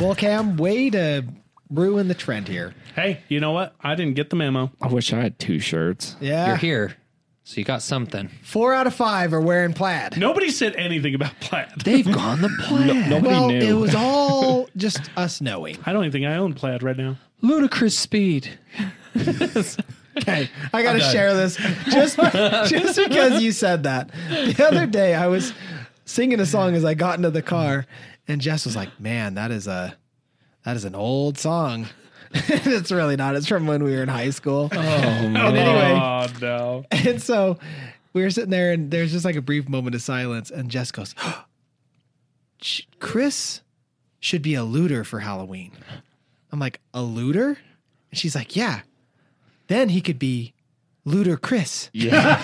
Well, Cam, way to ruin the trend here. Hey, you know what? I didn't get the memo. I wish I had two shirts. Yeah. You're here, so you got something. Four out of five are wearing plaid. Nobody said anything about plaid. They've gone the plan. No, nobody well, knew. it was all just us knowing. I don't even think I own plaid right now. Ludicrous speed. Okay, I gotta share this just just because you said that. The other day, I was singing a song as I got into the car, and Jess was like, "Man, that is a that is an old song." it's really not. It's from when we were in high school. Oh, anyway. no. And so we were sitting there, and there's just like a brief moment of silence, and Jess goes, "Ch- "Chris should be a looter for Halloween." I'm like, "A looter?" And she's like, "Yeah." Then he could be looter Chris. yeah.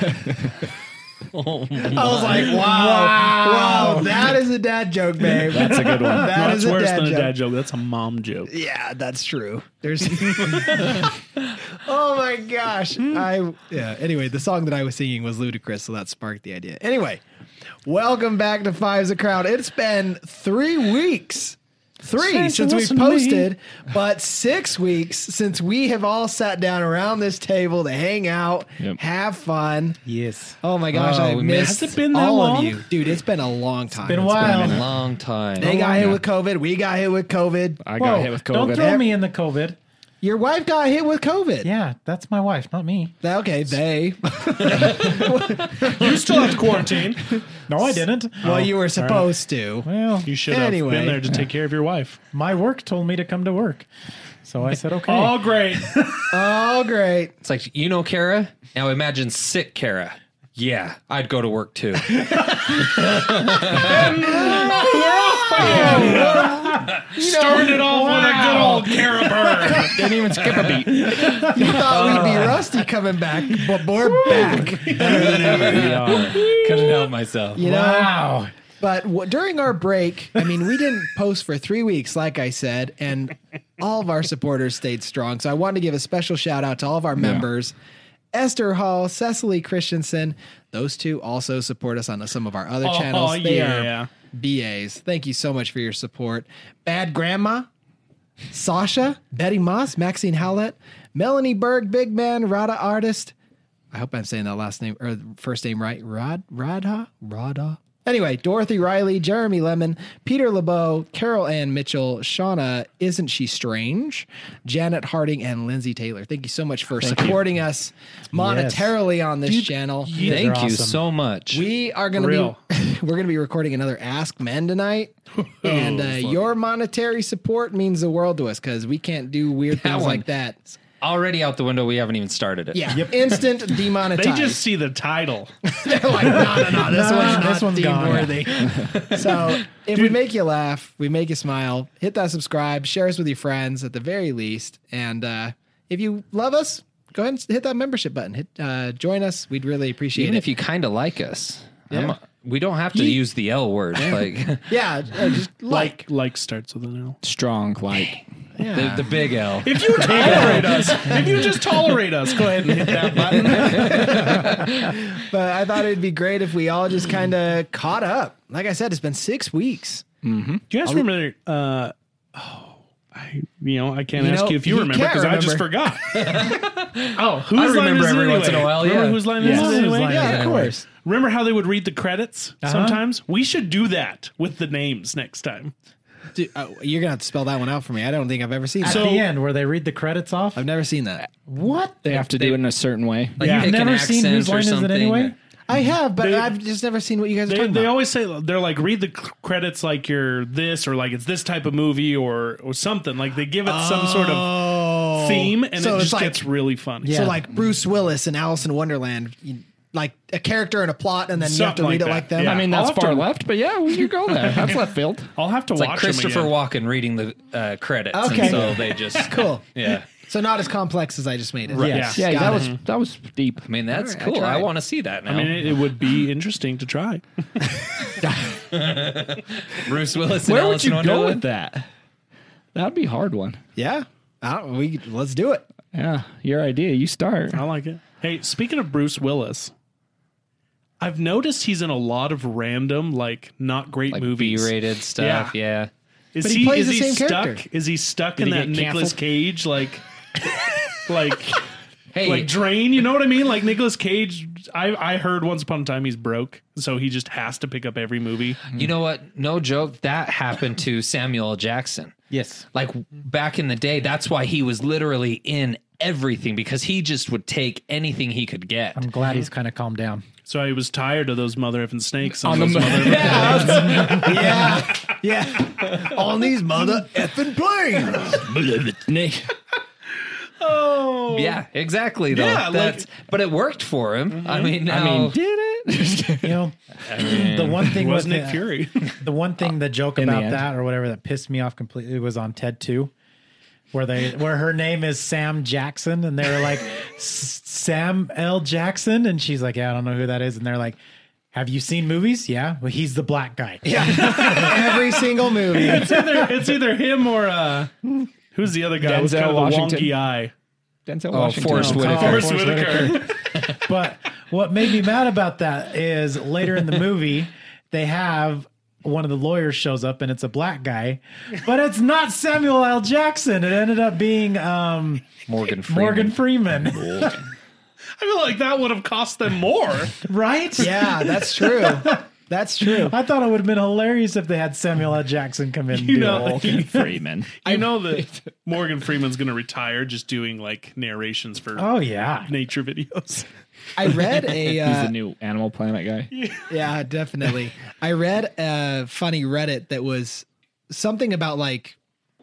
Oh I was like, wow, wow, that is a dad joke, babe. That's a good one. That That's is a worse dad than a joke. dad joke. That's a mom joke. Yeah, that's true. There's. oh my gosh! I yeah. Anyway, the song that I was singing was ludicrous, so that sparked the idea. Anyway, welcome back to Fives a Crowd. It's been three weeks, three Since since it we wasn't me. posted, but six weeks since we have all sat down around this table to hang out, Yep. have fun. Yes. Oh my gosh, Oh, I we missed missed- Has it been that all long? of you, dude. It's been a long time. Been a It's while. A long time. They got hit with COVID. We got hit with COVID. I got Whoa, hit with Don't COVID. throw me in the COVID. Your wife got hit with COVID. Yeah, that's my wife, not me. That- Okay, they. You still have to quarantine. No, I didn't. Oh, Well, you were supposed to. Well, You should Anyway. have been there to take care of your wife. my work told me to come to work. So I said, okay. Oh, great. Oh, great. It's like you know Kara. Now imagine sick Kara. Yeah, I'd go to work too. Started off with a good old caraburn. Didn't even skip a beat. You thought we'd be rusty coming back, but we're back. Couldn't help myself. You know. wow. But w- during our break, I mean, we didn't post for three weeks, like I said, and all of our supporters stayed strong. So I wanted to give a special shout out to all of our members. Esther Hall, Cecily Christensen, those two also support us on some of our other Oh, channels. They yeah. are BAs. Thank you so much for your support. Bad Grandma, Sasha, Betty Moss, Maxine Howlett, Melanie Berg, Big Man, Rada Artist. I hope I'm saying that last name or first name right. Rod, Radha, Rada. Anyway, Dorothy Riley, Jeremy Lemon, Peter LeBeau, Carol Ann Mitchell, Shauna, Isn't She Strange, Janet Harding, and Lindsay Taylor. Thank you so much for supporting us monetarily on this channel. Thank They're you awesome. so much. We are going to Real. be we're going to be recording another Ask Men tonight, and uh, your monetary support means the world to us because we can't do weird things one. like that. Already out the window. We haven't even started it. Yeah, instant They demonetized. just see the title. They're like, no, no, no, this Nah, one's not this one's deemed gone." worthy. so if we make you laugh, we make you smile, hit that subscribe, share us with your friends at the very least, and uh, if you love us, go ahead and hit that membership button. Hit uh, join us. We'd really appreciate Even it. if you kind of like us, I'm- we don't have to use the L word. Like yeah, uh, just like. Like, like starts with an L. Strong, like. the, the big L. If you tolerate us, if you just tolerate us, go ahead and hit that button. But I thought it'd be great if we all just kind of caught up. Like I said, it's been six weeks. Do you guys remember? Uh, oh, I you know I can't You ask know, you if you, you remember can't because I just forgot. oh, whose line remember is it every anyway? once in a while, Remember yeah. whose line Yeah. is it Whose anyway? line Yeah, is of course. Remember how they would read the credits sometimes? We should do that with the names next time. Dude, oh, you're gonna have to spell that one out for me. I don't think I've ever seen. At that. So- the end where they read the credits off. I've never seen that. what? They have to do it in a certain way. Like Yeah. pick an Never seen accent Whose or Line Is It something. Anyway? I have, but They- I've just never seen what you guys are They, talking they about. always say they're like read the c- credits like you're this or like it's this type of movie or or something like they give it some sort of oh, theme and So it it's just like- gets really funny. so like Bruce Willis and Alice in Wonderland, you- like a character and a plot, and then you have to Something read like it like that. them. Yeah. I mean, I'll that's have to- far left, but yeah, we could go there. That's left field. I'll have to It's watch like 'em Christopher again. Walken reading the uh, credits. Okay. And so they just cool. Yeah. So not as complex as I just made it. Yes. Yeah, Got that it. was that was deep. I mean, that's Alright, I cool. I, tried. want to see that now. I mean, it, it would be interesting to try. Bruce Willis. And Where would Alice in you go Wonderland? with that? That'd be a hard one. Yeah. I don't, we let's do it. Yeah, your idea. You start. I like it. Hey, speaking of Bruce Willis, I've noticed he's in a lot of random, like not great Like movies. B-rated stuff. Yeah. Is But he he, plays is the he same stuck? character. Is he stuck Did in he that get Nicolas canceled? Cage like like Hey, like drain? You know what I mean? Like Nicolas Cage I I heard once upon a time he's broke, so he just has to pick up every movie. you know what? No joke. That happened to Samuel L. Jackson. Yes. Like back in the day, that's why he was literally in everything because he just would take anything he could get. I'm glad he's kind of calmed down. So I was tired of those mother effing snakes on, the those mo- mother yeah, yeah. On these mother effing planes. Nick. Yeah, exactly. Though Yeah, like- that's but it worked for him. I mean, I now, mean, did it? You know, the one thing was was Nick Fury. the one thing the joke in the about end. that or whatever that pissed me off completely was on TED Two, where they where her name is Sam Jackson and they were like "S- Sam L Jackson and she's like yeah I don't know who that is and they're like have you seen movies yeah well he's the black guy yeah Every single movie. it's either it's either him or uh who's the other guy with Denzel kind of Washington. the wonky eye? Denzel oh, Washington. Forrest No, Whitaker. Forrest Forrest Whitaker. but what made me mad about that is later in the movie they have one of the lawyers shows up and it's a black guy but it's not Samuel L Jackson it ended up being um Morgan Freeman. Morgan Freeman I feel like that would have cost them more. right Yeah, that's true. That's true. I thought it would have been hilarious if they had Samuel L. Jackson come in. and You do know, it. Morgan Freeman. I know that Morgan Freeman's going to retire just doing like narrations for oh yeah, nature videos. I read a He's uh, the new Animal Planet guy. yeah, definitely. I read a funny Reddit that was something about like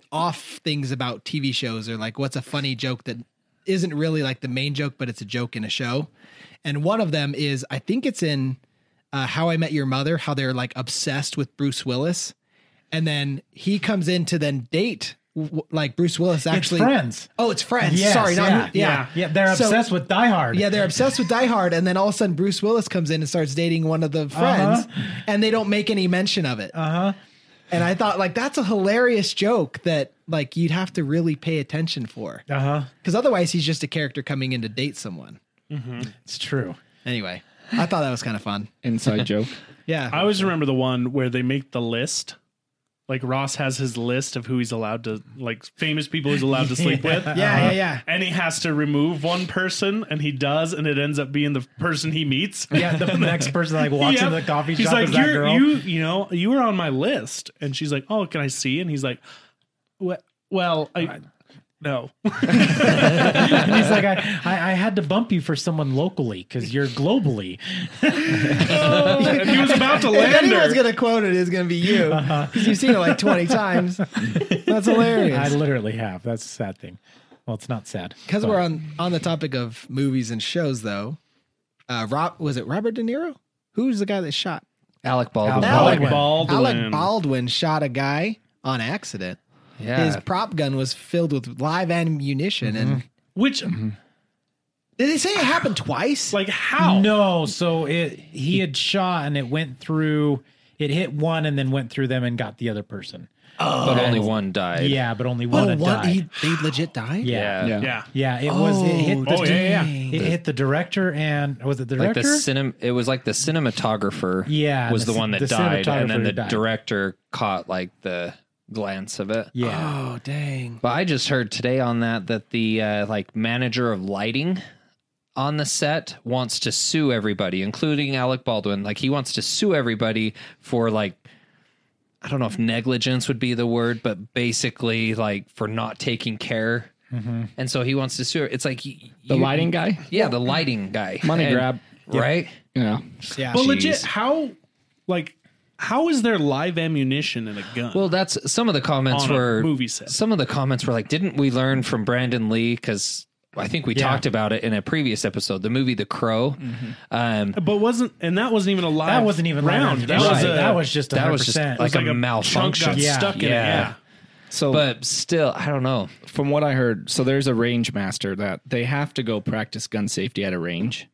off things about TV shows or like what's a funny joke that isn't really like the main joke, but it's a joke in a show. And one of them is I think it's in uh, How I Met Your Mother, how they're like obsessed with Bruce Willis. And then he comes in to then date w- w- like Bruce Willis actually. Friends. Oh, it's friends. Yes, Sorry. Not, yeah, yeah, yeah. yeah. They're So- obsessed with Die Hard. yeah, they're obsessed with Die Hard, and then all of a sudden Bruce Willis comes in and starts dating one of the friends, and they don't make any mention of it. Uh huh. And I thought like that's a hilarious joke that like you'd have to really pay attention for, uh huh. because otherwise he's just a character coming in to date someone. It's true. Anyway, I thought that was kind of fun. Inside joke. Yeah, I always remember the one where they make the list. Like Ross has his list of who he's allowed to like famous people he's allowed to sleep with. yeah, yeah, yeah. And he has to remove one person and he does and it ends up being the person he meets. Yeah, the next person like walks Yeah. into the coffee he's shop like, is that "You're- girl. You, you know, you were on my list, and she's like, "Oh, can I see?" And he's like, "Well, well, I, no." and he's like, I, I, I had to bump you for someone locally because you're globally. And he was about to If land anyone's her. gonna quote it, it's gonna be you. 'Cause You've seen it like twenty times. That's I hilarious. literally have. That's a sad thing. Well, it's not sad Because we're on on the topic of movies and shows, though. Uh, Rob was it Robert De Niro? Who's the guy that shot? Alec Baldwin. Alec Alec Baldwin. Baldwin. Alec Baldwin shot a guy on accident. yeah. His prop gun was filled with live ammunition, and Mm-hmm. Which, Mm-hmm. did they say it happened twice? like, how? No, so it he had shot and it went through. It hit one and then went through them and got the other person. but only one died. Yeah, but only oh, one what? had died. He, they legit died. Yeah. yeah. Yeah. Yeah. Yeah, it was. It hit the, Oh, yeah, yeah, yeah. It hit the director and was it the Like director? the cinem it was like the cinematographer Yeah, was the the, c- one that the died and then cinematographer the died. director caught like the glance of it. yeah. Oh dang! But I just heard today on that that the uh, like manager of lighting on the set wants to sue everybody, including Alec Baldwin. Like he wants to sue everybody for like I don't know if negligence would be the word, but basically like for not taking care. Mm-hmm. And so he wants to sue. It's like y- The you- lighting guy. yeah, the lighting guy, Money And- grab. right? Yeah. Yeah, But Jeez. legit, how? Like, how is there live ammunition in a gun? Well, that's some of the comments On a were movie set. Some of the comments were like, "Didn't we learn from Brandon Lee?" Because I think we talked about it in a previous episode, the movie The Crow. Um, but wasn't, and that wasn't even a live. that wasn't even round. That, was, a, that was just that 100%. was just like, like a, a chunk malfunction. got Yeah. stuck in Yeah. it. Yeah. So But still, I don't know. from what I heard, so there's a range master that they have to go practice gun safety at a range.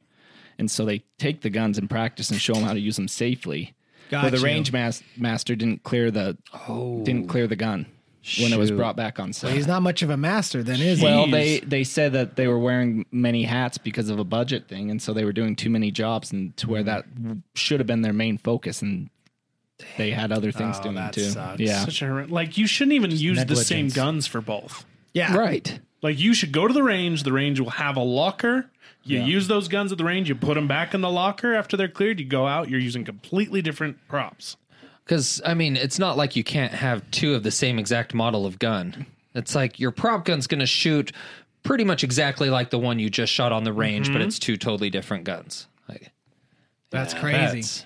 And so they take the guns and practice and show them how to use them safely. Got but the you. Oh. range mas- master didn't clear the didn't clear the gun when it was Shoot. brought back on set. he's not much of a master, then, is he? Well, they they said that they were wearing many hats because of a budget thing, and so they were doing too many jobs, and to where that should have been their main focus, and they had other things Oh, doing that too. sucks. Yeah, Such a horrend- like you shouldn't even use the same negligence. guns for both. Yeah. right. Like you should go to the range. The range will have a locker. You use those guns at the range. You put them back in the locker after they're cleared. You go out. You're using completely different props. Because I mean, it's not like you can't have two of the same exact model of gun. It's like your prop gun's going to shoot pretty much exactly like the one you just shot on the range, but it's two totally different guns. Like, That's crazy. that's-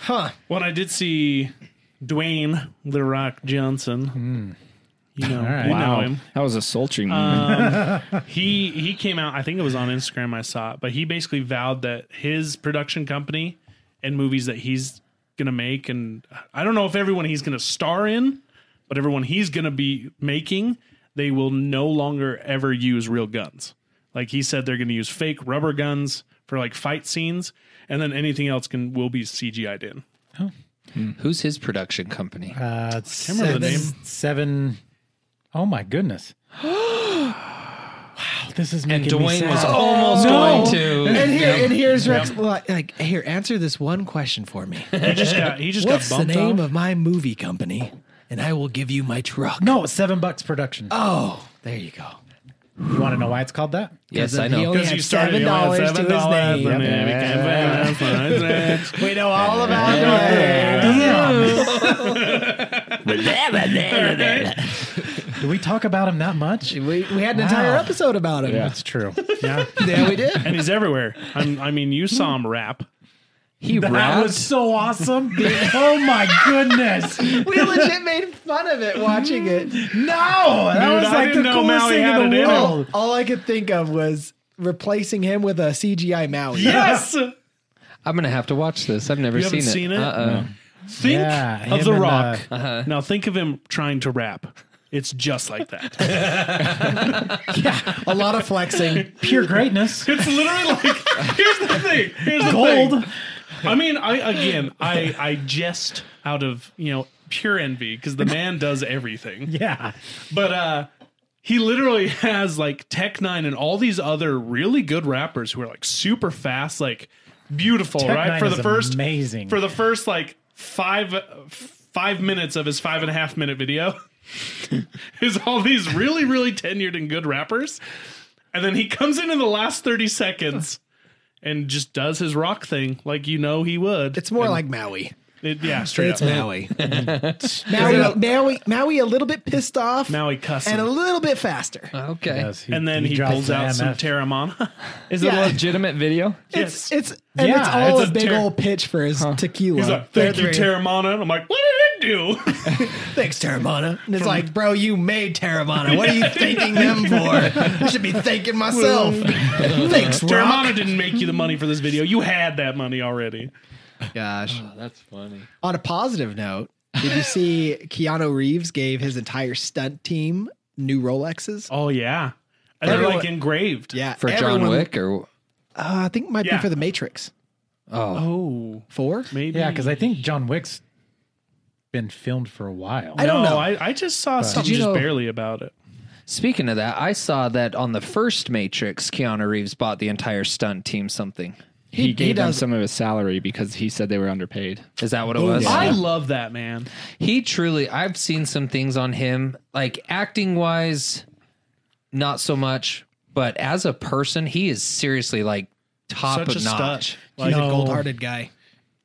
Huh. Well, I did see Dwayne the Rock Johnson. You know, you know him. that was a sultry Uh, moment. He he came out. I think it was on Instagram. I saw it, but he basically vowed that his production company and movies that he's gonna make, and I don't know if everyone he's gonna star in, but everyone he's gonna be making, they will no longer ever use real guns. Like he said, they're gonna use fake rubber guns for like fight scenes, and then anything else can will be CGI'd in. who's his production company? Uh, remember the seven- Seven. Oh my goodness. wow, this is and making me Dwayne sad. was almost going to. And here and here's Rex like, like here, answer this one question for me. He just got he just What's got the bumped name off. of my movie company? And I will give you my truck. no, it's Seven Bucks Production. Oh, there you go. you want to know why it's called that? yes, I He know. only Because had you started seven at dollars to his $7 name. and it became $5. We know all about it. Do we talk about him that much? We, we had an entire Wow. episode about him. That's true. Yeah, Yeah, we did. and he's everywhere. I'm, I mean, you saw him rap. He That rapped. was so awesome. oh my goodness. No, we legit made fun of it watching it. that Dude, was I like didn't the know coolest Maui thing had in it in the him. world. All, Oh, all I could think of was replacing him with a CGI Maui. Yes, I'm gonna have to watch this. I've never You seen haven't it. seen it? Uh-uh. think Yeah, of him the and, uh, Rock. Now think of him trying to rap. It's just like that. A lot of flexing. Pure greatness. It's literally like here's the thing. Here's the Gold. thing. I mean, I again, I I jest out of you know pure envy because the man does everything. Yeah. But uh he literally has like Tech Nine and all these other really good rappers who are like super fast, like beautiful, Tech right? Nine for is the first amazing. for the first like five uh, five minutes of his five and a half minute video is all these really really tenured and good rappers, and then he comes in in the last thirty seconds. And just does his rock thing like you know he would. It's more like Maui. It- yeah, straight It's up. Maui. Maui, Maui, Maui, a little bit pissed off Now he cusses. and a little bit faster. Okay. And then he, drops pulls the out some MF. Terramana. Is Yeah. it a legitimate video? It's it's and Yeah, it's all it's a a big ter- old pitch for his tequila. He's like, thank you, They're- Terramana. And I'm like, what did it do? Thanks, Terramana. And it's like, bro, you made Terramana. What are you thanking them for? I should be thanking myself. Thanks, Terramana Rock. didn't make you the money for this video. You had that money already. Oh, Gosh. Oh, That's funny. On a positive note, did you see Keanu Reeves gave his entire stunt team new Rolexes? Oh, yeah. And they're Everyone- like engraved. Yeah, For John everyone- Wick or Uh, I think it might Yeah. be for the Matrix oh, Oh, Four. maybe. Yeah, because I think John Wick's been filmed for a while. I don't no, know. I, I just saw something you just know- barely about it. Speaking of that, I saw that on the first Matrix, Keanu Reeves bought the entire stunt team something. He, he gave them does- some of his salary because he said they were underpaid. Is that what it was? I love that, man. He truly, I've seen some things on him, like acting wise, not so much, but as a person, he is seriously like top Such a of notch. stud. He's Like, a gold-hearted guy.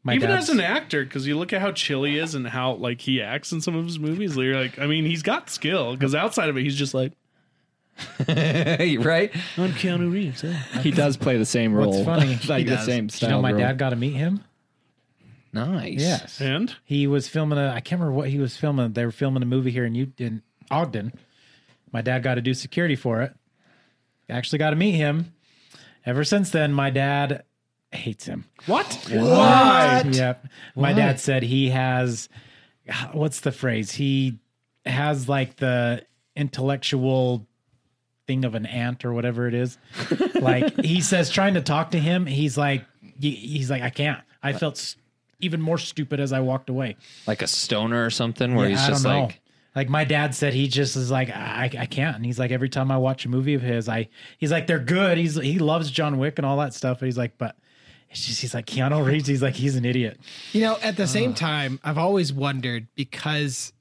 My even as dad's- an actor, because you look at how chill he is and how like he acts in some of his movies. You're like, I mean, he's got skill. Because outside of it, he's just like, right? I'm Keanu Reeves. yeah. He does play the same role. What's funny- like the does. same you style. know, my role. dad got to meet him. Nice. Yes. And He was filming a. I can't remember what he was filming. They were filming a movie here in U- in Ogden. My dad got to do security for it. Actually, got to meet him. Ever since then, my dad hates him. What? What? Yep. My dad said he has what's the phrase? He has like the intellectual thing of an ant or whatever it is. like he says trying to talk to him, he's like he- he's like I can't. I felt s- even more stupid as I walked away. like a stoner or something where Yeah, he's I just don't know. like like my dad said he just is like I, I can't and he's like every time I watch a movie of his I he's like they're good he's he loves John Wick and all that stuff but he's like but it's just he's like Keanu Reeves he's like he's an idiot You know, at the same time, I've always wondered because,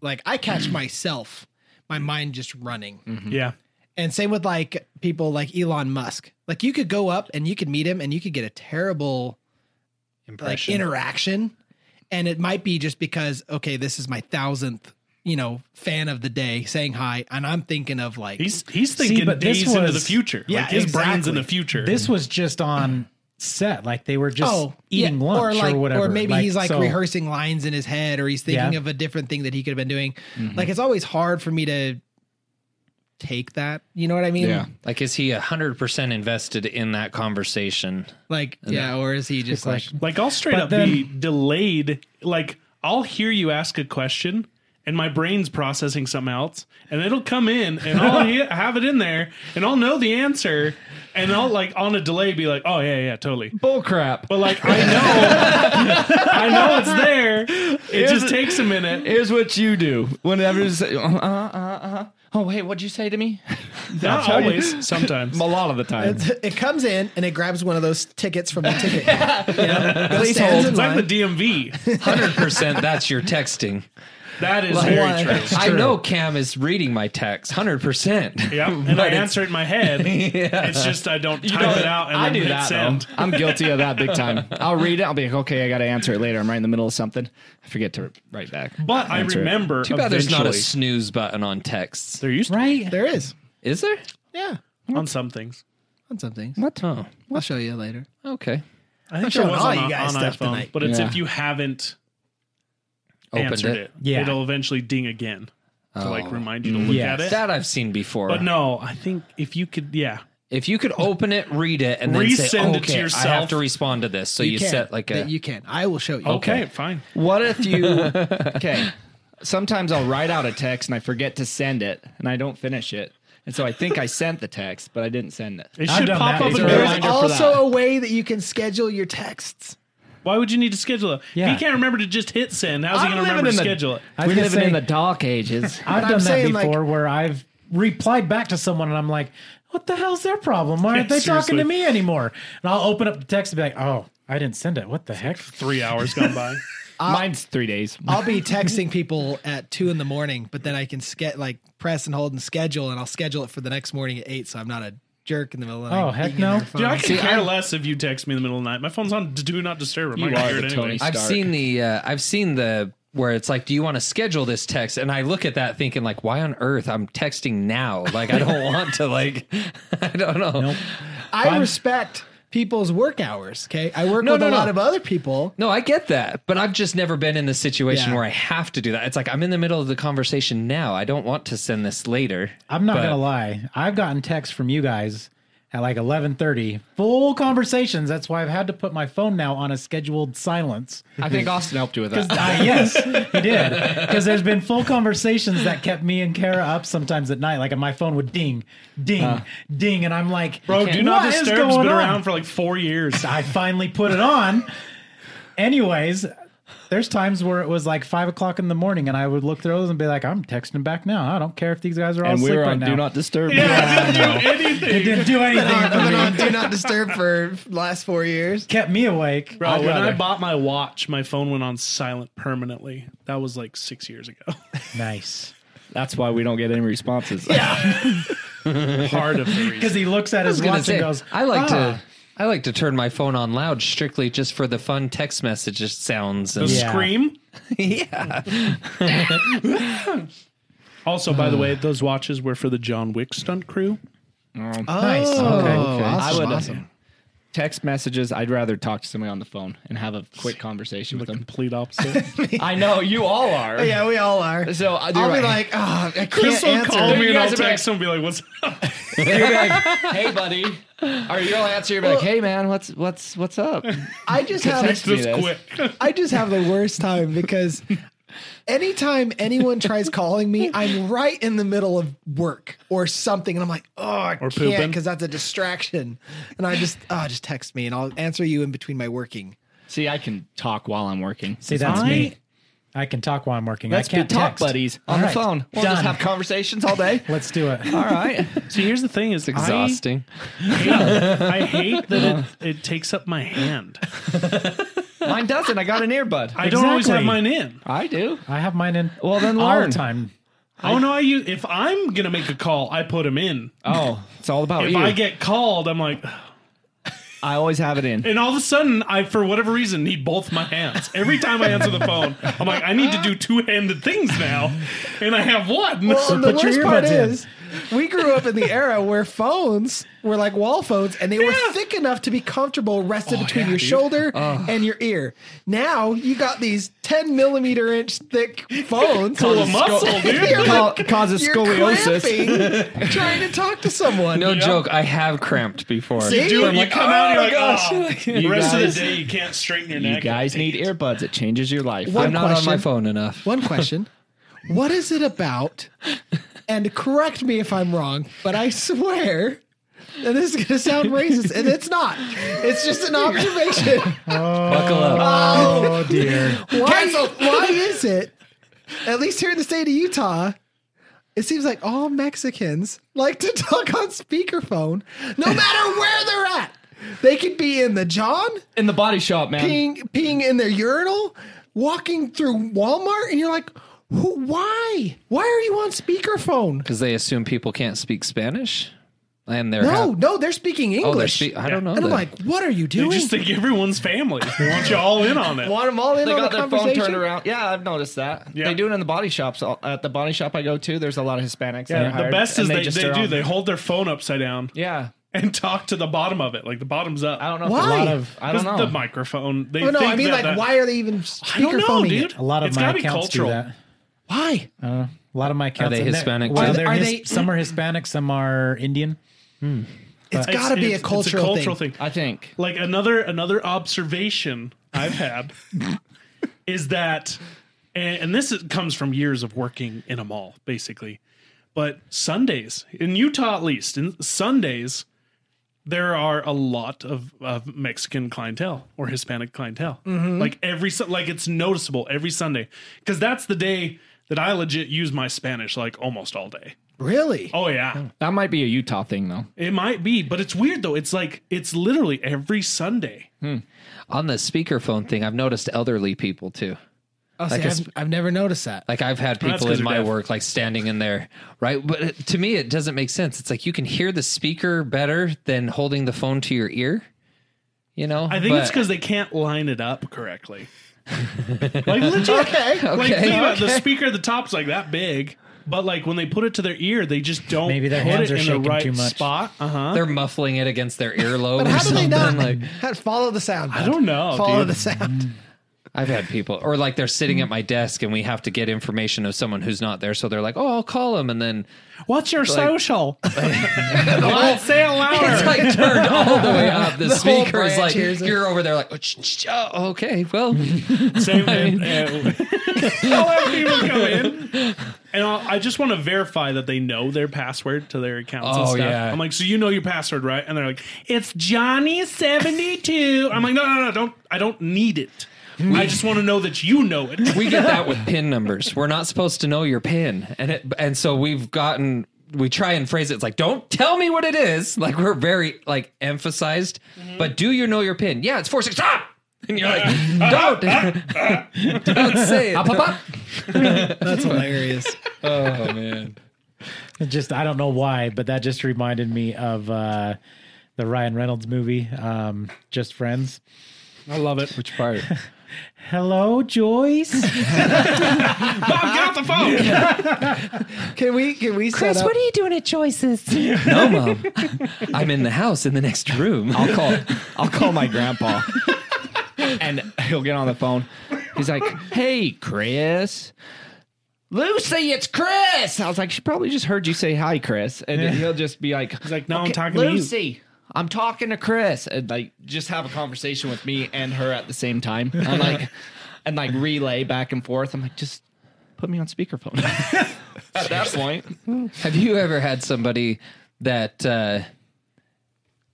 like, I catch myself, my mind just running. Yeah. And same with like people like Elon Musk. Like, you could go up and you could meet him and you could get a terrible like impression. interaction. And it might be just because, okay, this is my thousandth, you know, fan of the day saying hi. And I'm thinking of like, He's he's See, thinking but this days into the was- future. Yeah, like his brain's in exactly. the future. this was just on set like they were just eating oh, yeah, lunch or, or, like, whatever Or maybe he's like so- rehearsing lines in his head, or he's thinking Yeah. Mm-hmm. of a different thing that he could have been doing. Like it's always hard for me to take that. You know what I mean? Yeah. like is he 100% invested in that conversation Like yeah, or is he just like question. Like I'll straight But up be delayed. Like I'll hear you ask a question and my brain's processing something else and it'll come in and I'll he- have it in there and I'll know the answer and I'll like on a delay be like, "Oh yeah, yeah, totally." bull crap But like I know I know it's there. It just takes a minute. Here's what you do whenever you say, uh, uh, uh, uh. oh wait, what'd you say to me? Not how you- always, sometimes. A lot of the time. it comes in and it grabs one of those tickets from the ticket? yeah. you know, Goes, stands in It's like line. the DMV. 100% that's your texting That is very Why? true. i know cam is reading my text 100% Yeah, and I answer it in my head. It's just I don't type it out and I then do hit that. send. though. I'm guilty of that big time. I'll read it. I'll be like, okay, I got to answer it later. I'm right in the middle of something. I forget to write back. But I Answer it. remember. too bad there's not a eventually- snooze button on texts There used to right there is. is there? Yeah. be on some things. On some things. What? Oh, I'll show you later. okay. I think showing there was all on, you on guys iPhone, stuff tonight. but it's Yeah. if you haven't Opened answered it. it. Yeah. it'll eventually ding again to Oh. like remind you to Mm. look Yes. at it. That I've seen before. but no, I think if you could, yeah, If you could open it, read it, and then say, Resend it to "Okay, I have yourself." to respond to this," so you, can. set like a That you can. I will show you. okay, fine. What if you? Okay. Sometimes I'll write out a text and I forget to send it, and I don't finish it, and so I think I sent the text, but I didn't send it. It I've should done pop up. that A before. new, There's Reminder for that. also a way that you can schedule your texts. why would you need to schedule it? Yeah. If he can't remember to just hit send, how's he I'm going to living remember to in the- schedule it? I was gonna say- dark ages. I've I'm done that saying, like- before where I've replied back to someone and I'm like, what the hell's their problem? Why aren't Yeah, they seriously. talking to me anymore? And I'll open up the text and be like, oh, I didn't send it. What the heck? Three hours gone by. Mine's three days. I'll be texting people at two in the morning, but then I can ske- like press and hold and schedule, and I'll schedule it for the next morning at eight, so I'm not a jerk in the middle of the night. Oh, heck digging their no. phone. Dude, I could care less if you text me in the middle of the night. My phone's on do not disturb. I'm You not going are to hear it the anyway. Tony I've Stark. seen the uh, I've seen the where it's like, do you want to schedule this text? And I look at that thinking like, why on earth I'm texting now? Like I don't want to like I don't know. I respect people's work hours. Okay, I work No, with no, a no. lot of other people. No, I get that, but I've just never been in the situation Yeah. where I have to do that. It's like I'm in the middle of the conversation now. I don't want to send this later. I'm not But- gonna lie. I've gotten texts from you guys at like 11:30, full conversations. That's why I've had to put my phone now on a scheduled silence. I think Austin helped you with that. Uh, yes, he did. Because there's been full conversations that kept me and Kara up sometimes at night. Like my phone would ding, ding, ding, and I'm like, Bro, do not "What is disturb's going been on?" around for like four years. I finally put it on. Anyways, there's times where it was like five o'clock in the morning, and I would look through those and be like, "I'm texting back now. I don't care if these guys are all and we asleep were right on now." Do Not Disturb. Yeah, I didn't do anything. it didn't do anything. I've for been me. on do not disturb for the last four years. kept me awake. Bro, I'd when I rather- bought my watch, my phone went on silent permanently. That was like six years ago. nice. That's why we don't get any responses. Part of the Because reason. he looks at I was his gonna watch say, and goes, I like "Ah." to I like to turn my phone on loud strictly just for the fun text messages sounds and The Yeah. scream. yeah. also, by the way, those watches were for the John Wick stunt crew. Nice. Oh, I awesome, would uh, awesome. text messages. I'd rather talk to somebody on the phone and have a quick conversation with them. Complete opposite. I know you all are. Yeah, we all are. So uh, I do I'll be right. like, oh, I can't Chris will answer. call me You and I'll guys are text him and be like, what's up? You're like, hey buddy, Or you'll answer. You're like, hey man, what's what's what's up? I just have me Just this. quick. I just have the worst time because anytime anyone tries calling me, I'm right in the middle of work or something, and I'm like, oh, I Or can't pooping. because that's a distraction. And I just, oh, just text me, and I'll answer you in between my working. See, I can talk while I'm working. See, that's I- me. I can talk while I'm working. Let's I can't be talk text. buddies On All the right, phone. We'll just done. have conversations all day. Let's do it. All right. See, here's the thing: is Exhausting. I hate, I hate that it, it takes up my hand. Mine doesn't. I got an earbud. I don't always have Exactly. mine in. I do. I have mine in. Well, then all learn. the time. oh no, I use, if I'm gonna make a call, I put them in. Oh, it's all about if you. I get called, I'm like, I always have it in. and all of a sudden, I for whatever reason need both my hands every time I answer the phone. I'm like, I need to do two handed things now, and I have one. Well, and the put your worst part earbuds in. is, we grew up in the era where phones were like wall phones, and they were Yeah. thick enough to be comfortable Oh, rested between your shoulder and your ear. Now you got these ten millimeter inch thick phones. Full of muscle, dude. You're like- causes You're cramping trying to talk to someone. No Yeah. joke. I have cramped before. See? Dude, I'm you like, come out, you're like, gosh. oh, the You rest of guys- the day you can't straighten your You neck. guys need earbuds. It changes your life. What- I'm not question. on my phone enough. One question. what is it about? And correct me if I'm wrong, but I swear that this is going to sound racist, and it's not. It's just an observation. Buckle up. Oh dear. Why, why is it, at least here in the state of Utah, it seems like all Mexicans like to talk on speakerphone no matter where they're at. They could be in the John, in the body shop, man. peeing, peeing in their urinal, walking through Walmart, and you're like, who, why? Why are you on speakerphone? Because they assume people can't speak Spanish, and they're No, hap- no, they're speaking oh, they're English. speak- I don't know. and I'm then. like, what are you They doing? just think everyone's family. They want you all in on it. Want them all in they on got the their phone conversation? turned around. Yeah, I've noticed that. Yeah. They do it in the body shops. All- At the body shop I go to, there's a lot of Hispanics. that are the hired, best is and they, they, just do. are on- They hold their phone upside down yeah. and talk to the bottom of it, like the bottom's up. I don't know. Why? If a lot of I don't 'Cause know. The microphone. They Well, Oh, no, think I mean, that- like, that- why are they even I don't know, speakerphoning it? dude. A lot of It's my gotta be accounts do cultural. that. Why? A lot of my accounts they and they're- Hispanic Well, too? they're Are his- they- some are Hispanic, some are Indian. It's got to be a cultural, thing. I think Like another another observation I've had is that, and, and this is, comes from years of working in a mall, basically. But Sundays in Utah, at least, in Sundays, there are a lot of, of Mexican clientele or Hispanic clientele. Mm-hmm. Like every Sun- like it's noticeable every Sunday because that's the day that I legit use my Spanish like almost all day. Really? Oh yeah. that might be a Utah thing though. It might be, but it's weird though. It's like it's literally every Sunday. on the speakerphone thing, I've noticed elderly people too. Oh, see, Like a I've, sp- I've never noticed that. Like I've had that's people 'cause in they're my deaf. work like standing in there, right? But it, to me, it doesn't make sense. It's like you can hear the speaker better than holding the phone to your ear. You know, I think it's But- because they can't line it up correctly. like legit, Okay. like think Okay. about it, the speaker at the top's like that big, but like when they put it to their ear, they just don't. Maybe their put hands it are in shaking the right too much. Spot. Uh huh. they're muffling it against their earlobe. But or how do they something. not Like how, follow the sound? I don't know, Follow dude. the sound. I've had people, or like they're sitting at my desk and we have to get information of someone who's not there, so they're like, "Oh, I'll call him," and then What's your social? Say it It's louder. like turned all the way up. The, The whole speaker is branch like, hears it. you're over there like, oh, sh- sh- oh, okay, well, Same thing. Yeah. I'll have people come in, and I'll, I just want to verify that they know their password to their accounts and Oh, stuff. yeah. I'm like, so you know your password, right? And they're like, it's Johnny seventy two. I'm like, no, no, no, don't. I don't need it. I just want to know that you know it. we get that with pin numbers. We're not supposed to know your pin, and it, and so we've gotten we try and phrase it it's like, don't tell me what it is. Like we're very like emphasized, but do you know your pin? Yeah, it's four six stop. And you're like, don't, don't say it. That's hilarious. Oh man, It just I don't know why, but that just reminded me of uh, the Ryan Reynolds movie, um, Just Friends. I love it. Which part? Hello, Joyce. Bob, get off the phone. Can we can we set up? you doing at Choices? no, mom, I'm in the house in the next room. I'll call. I'll call my grandpa, and he'll get on the phone. He's like, "Hey, Chris." Lucy, it's Chris. I was like, she probably just heard you say hi, Chris, and he'll just be like, like, "No, I'm talking to you." Lucy. I'm talking to Chris, and like just have a conversation with me and her at the same time. I'm like, and like relay back and forth. I'm like, just put me on speakerphone. at that point, Have you ever had somebody that uh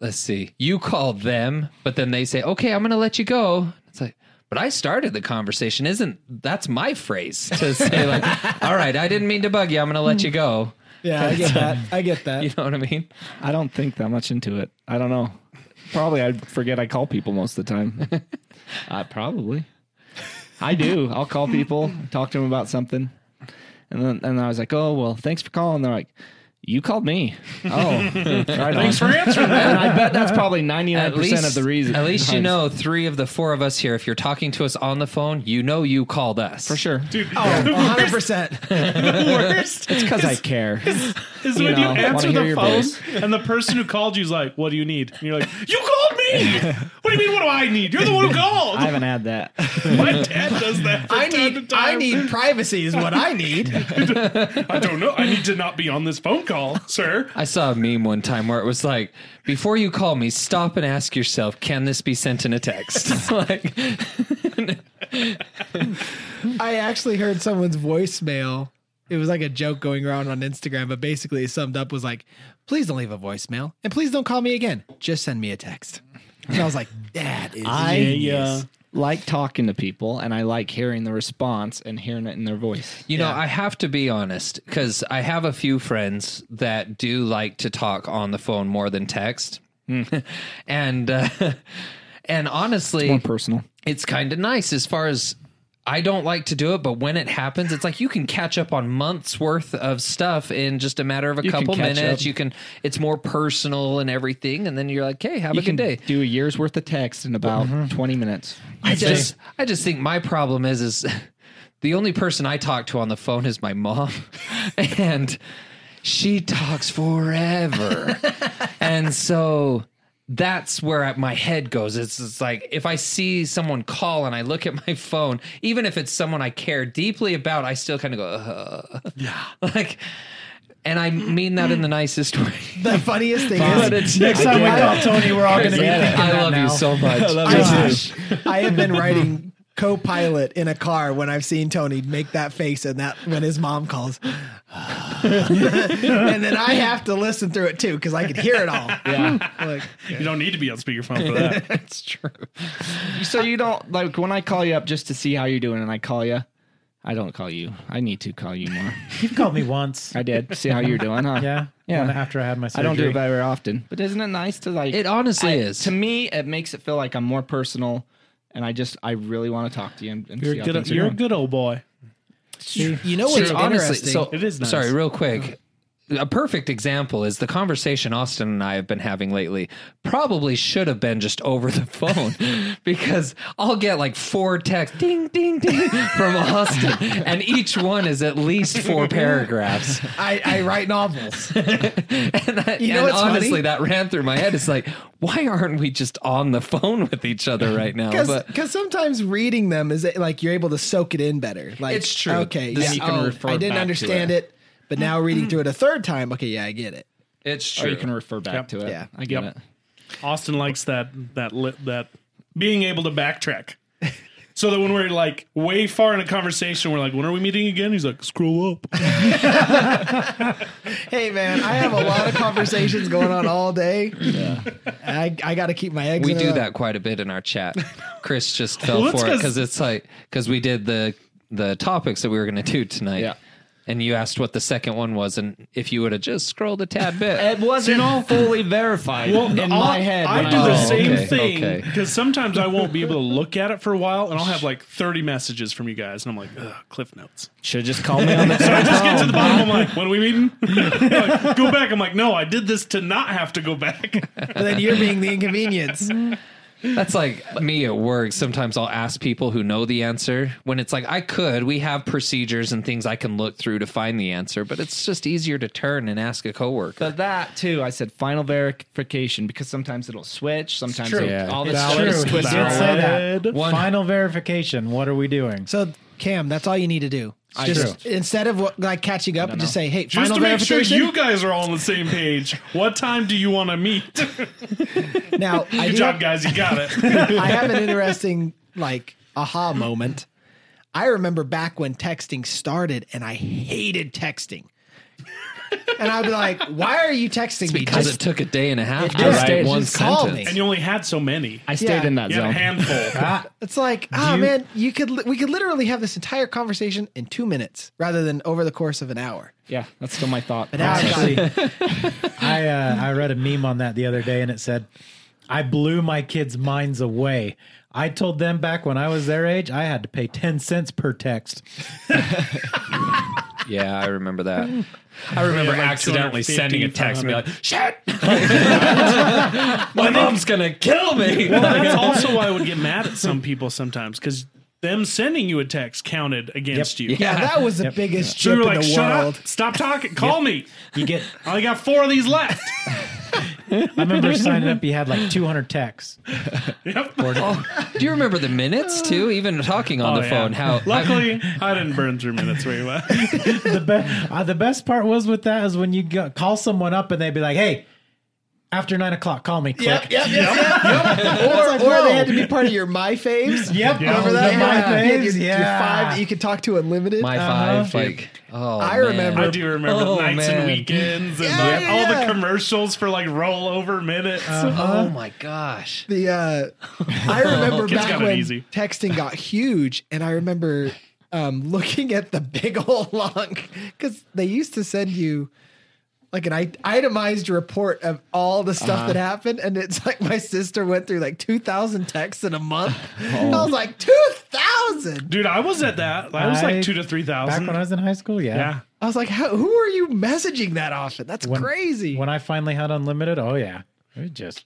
let's see, you call them, but then they say, "Okay, I'm going to let you go." It's like, "But I started the conversation." Isn't that's my phrase to say like, "All right, I didn't mean to bug you. I'm going to let you go." Yeah, I get that. I get that. You know what I mean? I don't think that much into it. I don't know. Probably I forget I call people most of the time. uh, probably. I do. I'll call people, talk to them about something. And then and I was like, oh, well, thanks for calling. They're like, you called me. Oh, right Thanks for answering that. And I bet that's probably 99% of the reason. At least you times. know three of the four of us here. If you're talking to us on the phone, you know you called us For sure. Dude, Oh, 100%. The worst it's because I care. is when You you know, I wanna answer hear the your phone voice. and the person who called you's like, "What do you need?" And you're like, "You called me. What do you mean? What do I need? You're the one who called." I haven't had that. My dad does that. From I time to need time. I need privacy is what I need. I don't know. I need to not be on this phone call, sir. I saw a meme one time where it was like, before you call me, stop and ask yourself, can this be sent in a text? like, I actually heard someone's voicemail. It was like a joke going around on Instagram, but basically it summed up was like, please don't leave a voicemail and please don't call me again. Just send me a text. And I was like, that is I uh, yeah. like talking to people and I like hearing the response and hearing it in their voice. you know, I have to be honest because I have a few friends that do like to talk on the phone more than text. and, uh, and honestly, More personal. it's kind of nice as far as I don't like to do it, but when it happens, it's like you can catch up on months worth of stuff in just a matter of a You can couple catch minutes. up. You can, it's more personal and everything. And then you're like, hey, have a You good can day. do a Mm-hmm. year's worth of text in about 20 minutes. I just, I just think my problem is, is the only person I talk to on the phone is my mom, and she talks forever, and so that's where at my head goes. It's, it's like if I see someone call and I look at my phone, even if it's someone I care deeply about, I still kind of go, uh, yeah, like, and I mean that in the nicest way. the funniest thing But is it's Next time we call Tony, we're all going to be Yeah. thinking I that love now. you so much. Gosh, I have been writing co-pilot in a car when I've seen Tony make that face and that when his mom calls. and then I have to listen through it too because I can hear it all. Yeah. Like, You don't need to be on speakerphone for that. it's true. So you don't like when I call you up just to see how you're doing, and I call you. I don't call you. I need to call you more. You've called me once. I did see how you're doing, huh? Yeah. yeah. When- after I had my surgery. I don't do it very often, but isn't it nice to like? It honestly I- is. To me, it makes it feel like I'm more personal, and I just I really want to talk to you and, and You're see a how good. things are You're a going. good old boy. you know what's Dude, honestly Oh, so It is nice. sorry, real quick. A perfect example is the conversation Austin and I have been having lately. Probably should have been just over the phone because I'll get like four texts, ding, ding, ding, from Austin, and each one is at least four paragraphs. I, I write novels. And, I, You know and what's funny? honestly, that ran through my head. It's like, why aren't we just on the phone with each other right now? But because sometimes reading them is like you're able to soak it in better. Like It's true. Okay, Then yeah, you can oh, refer I didn't back to understand it. but now reading through it a third time, okay, yeah, I get it. it's Or true. you can refer back Yep. to it. Yeah. I get Yep. it. Austin likes that that li- that being able to backtrack. So that when we're like way far in a conversation, we're like, "When are we meeting again?" He's like, "Scroll up." Hey man, I have a lot of conversations going on all day. I, I got to keep my eggs. we in a do row. that quite a bit in our chat. Chris just fell Well, that's for it 'cause- because it's like because we did the the topics that we were going to do tonight. Yeah. And you asked what the second one was, and if you would have just scrolled a tad bit, It wasn't all fully verified Well, in I'll- my head. I when do the was- same okay, thing okay. because sometimes I won't be able to look at it for a while, and I'll have like thirty messages from you guys, and I'm like, Ugh, "Cliff notes." Should just call me on the So I just get to the bottom. I'm like, "When are we meeting?" Like, go back. I'm like, "No, I did this to not have to go back." But then you're being the inconvenience. that's like me at work. Sometimes I'll ask people who know the answer when it's like I could. We have procedures and things I can look through to find the answer, but it's just easier to turn and ask a coworker. But that too, I said final verification because sometimes it'll switch. Sometimes true. it'll, all this That's stuff is true. He twisted. did say that. Valid. Final verification. What are we doing? So Cam, that's all you need to do. just instead of what, like catching up, just say, "Hey, Just final to make sure verification." you guys are all on the same page. What time do you want to meet? now, I Good do job, have- guys. You got it. I have an interesting like aha moment. I remember back when texting started and I hated texting. And I'd be like, why are you texting me? because Just- it took a day and a half to just- write just one call sentence. me. and you only had so many. I stayed Yeah. in that You had a zone. handful. it's like, oh man, you could li- we could literally have this entire conversation in two minutes rather than over the course of an hour. Yeah, that's still my thought. But now I've got- I uh, I read a meme on that the other day, and it said, "I blew my kids' minds away." I told them back when I was their age, I had to pay ten cents per text. Yeah, I remember that. I remember like accidentally 250, sending a text and be like, "Shit, my mom's gonna kill me." Well, that's also why I would get mad at some people sometimes because them sending you a text counted against you. Yeah, that was the biggest So chip you're like, in the shut world. up, stop talking, call me. You get. I only got four of these left. I remember signing up. You had like two hundred texts. Yep. Oh, do you remember the minutes too? Even talking on Oh, the yeah. phone, how Luckily, I didn't burn through minutes very well. The best. Uh, the best part was with that is when you go, call someone up and they'd be like, "Hey." After nine o'clock, call me. Click. yep, yep, yep. Or, or they had to be part of your my faves. Yep. Remember Oh, that? Yeah. the My You had Faves, Your, your yeah. five that you could talk to unlimited. my Uh-huh. 5 like, oh, I man. remember- I do remember Oh, nights man. and weekends and Yeah, like, yeah, all yeah. the commercials for like rollover minutes. Oh my gosh! the uh I remember Oh, Kids back got it when easy. texting got huge and I remember um looking at the big old long cuz they used to send you like an i- itemized report of all the stuff Uh-huh. that happened and it's like my sister went through like 2000 texts in a month. Oh. I was like 2000. Dude, I was at that. I was I- like two to three Back thousand. when I was in high school, yeah. yeah. I was like How, who are you messaging that often? That's When- crazy. When I finally had unlimited, oh yeah, it just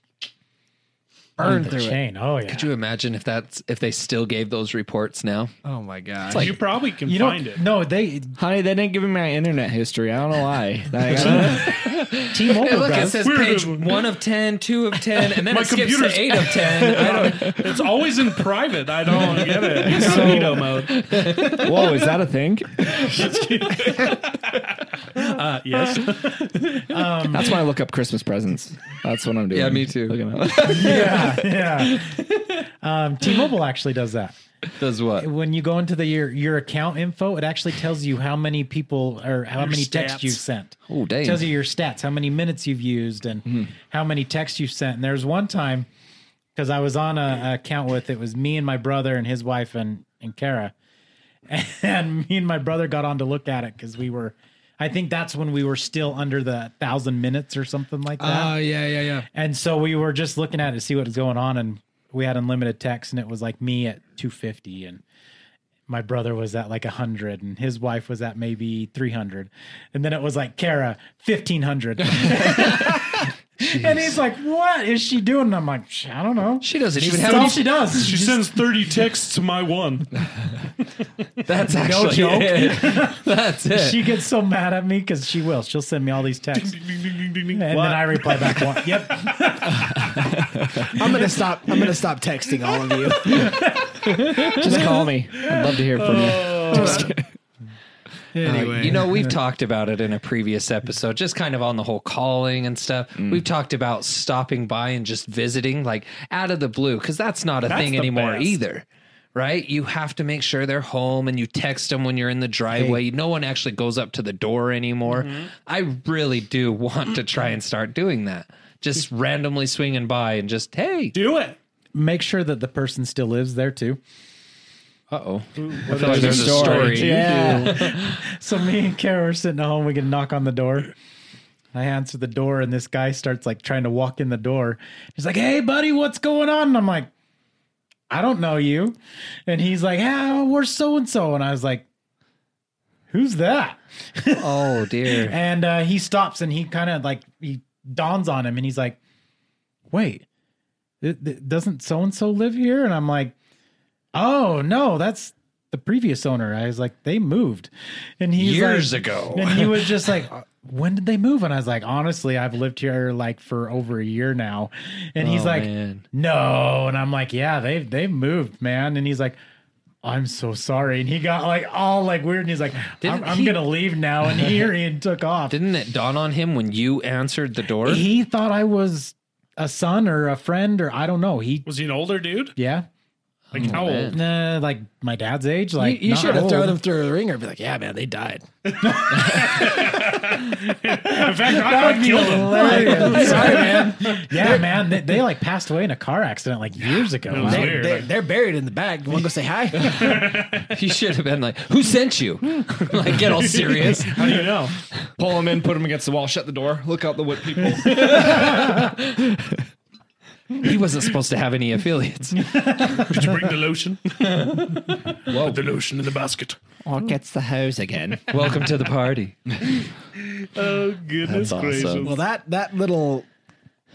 Burn the through it. chain. Oh yeah. Could you imagine if that's if they still gave those reports now? Oh my god. you probably can You find don't. it. No, they Honey, they didn't give me my internet history. I don't know why. Like, I don't- T-Mobile Hey, look, it does. says Weird. page one of ten, two of ten, and then My it skips computer's- to eight of ten. I don't. It's always in private. I don't get it. Incognito mode. Whoa, is that a thing? Uh, yes. That's why I look up Christmas presents. That's what I'm doing. Um, Yeah, me too. Looking up. yeah, yeah. Um, T-Mobile actually does that. Does what? When you go into the your, your account info, it actually tells you how many people or how many texts stats. you've sent. Oh, dang. It tells you your stats, how many minutes you've used, and how many texts you've sent. And there's one time because I was on a, a account with it was me and my brother and his wife and and Kara, and me and my brother got on to look at it because we were. I think that's when we were still under the thousand minutes or something like that. Oh, yeah, yeah, yeah. And so we were just looking at it to see what was going on, and we had unlimited text, and it was like me at 250, and my brother was at like 100, and his wife was at maybe 300, and then it was like Kara 1500. and he's like, "What is she doing?" And I'm like, "Sh- "I don't know." She doesn't even That's have. all Any, she does. She sends 30 texts to my one. that's actually joke. it. that's it. She gets so mad at me because she will. She'll send me all these texts, and then I reply back. One. Yep, I'm going to stop I'm going to stop texting all of you. Just call me. I'd love to hear from Oh, you. Uh, you know, we've talked about it in a previous episode, just kind of on the whole calling and stuff. We've talked about stopping by and just visiting, like out of the blue, because that's not a That's thing the anymore best. either. Right? You have to make sure they're home and you text them when you're in the driveway. No one actually goes up to the door anymore. Mm-hmm. I really do want to try and start doing that. Just randomly swinging by and just, hey, Do it. make sure that the person still lives there too. uh oh. I feel like there's a story. story. Yeah. so me and Kara were sitting at home. We get a knock on the door. I answer the door, and this guy starts like trying to walk in the door. He's like, "Hey, buddy, what's going on?" And I'm like, "I don't know you." And he's like, "Ah, we're so and so." And I was like, "Who's that?" Oh, dear. And uh, he stops, and he kind of like he dawns on him, and he's like, "Wait, th- th- doesn't so and so live here?" And I'm like, "Oh no, that's." The previous owner, I was like, they moved, and he's Years like, ago. and he was just like, "When did they move?" And I was like, "Honestly, I've lived here like for over a year now." And he's Oh, like, man. "No," and I'm like, "Yeah, they've they've moved, man." And he's like, I'm so sorry. And he got like all like weird and he's like, I'm, Didn't I'm he- gonna leave now. And he and took off. Didn't it dawn on him when you answered the door? he thought I was a son or a friend or I don't know. He Was he an older dude? yeah. Like how old? man. Nah, like my dad's age. Like you not should have old. thrown them through the ringer and be like, yeah, man, they died. In fact, I, I killed him. Hilarious. Sorry, man. Yeah, man. They, they like passed away in a car accident like years ago. was They- weird. They're, they're, they're buried in the back. You want to go say hi? He should have been like, "Who sent you?" like, get all serious. How do you know? Pull him in, put him against the wall, shut the door, look out the wood people. He wasn't supposed to have any affiliates. Did you bring the lotion? Put the lotion in the basket. I'll get the hose again. Welcome to the party. Oh goodness awesome. gracious! gracious. well, that, that little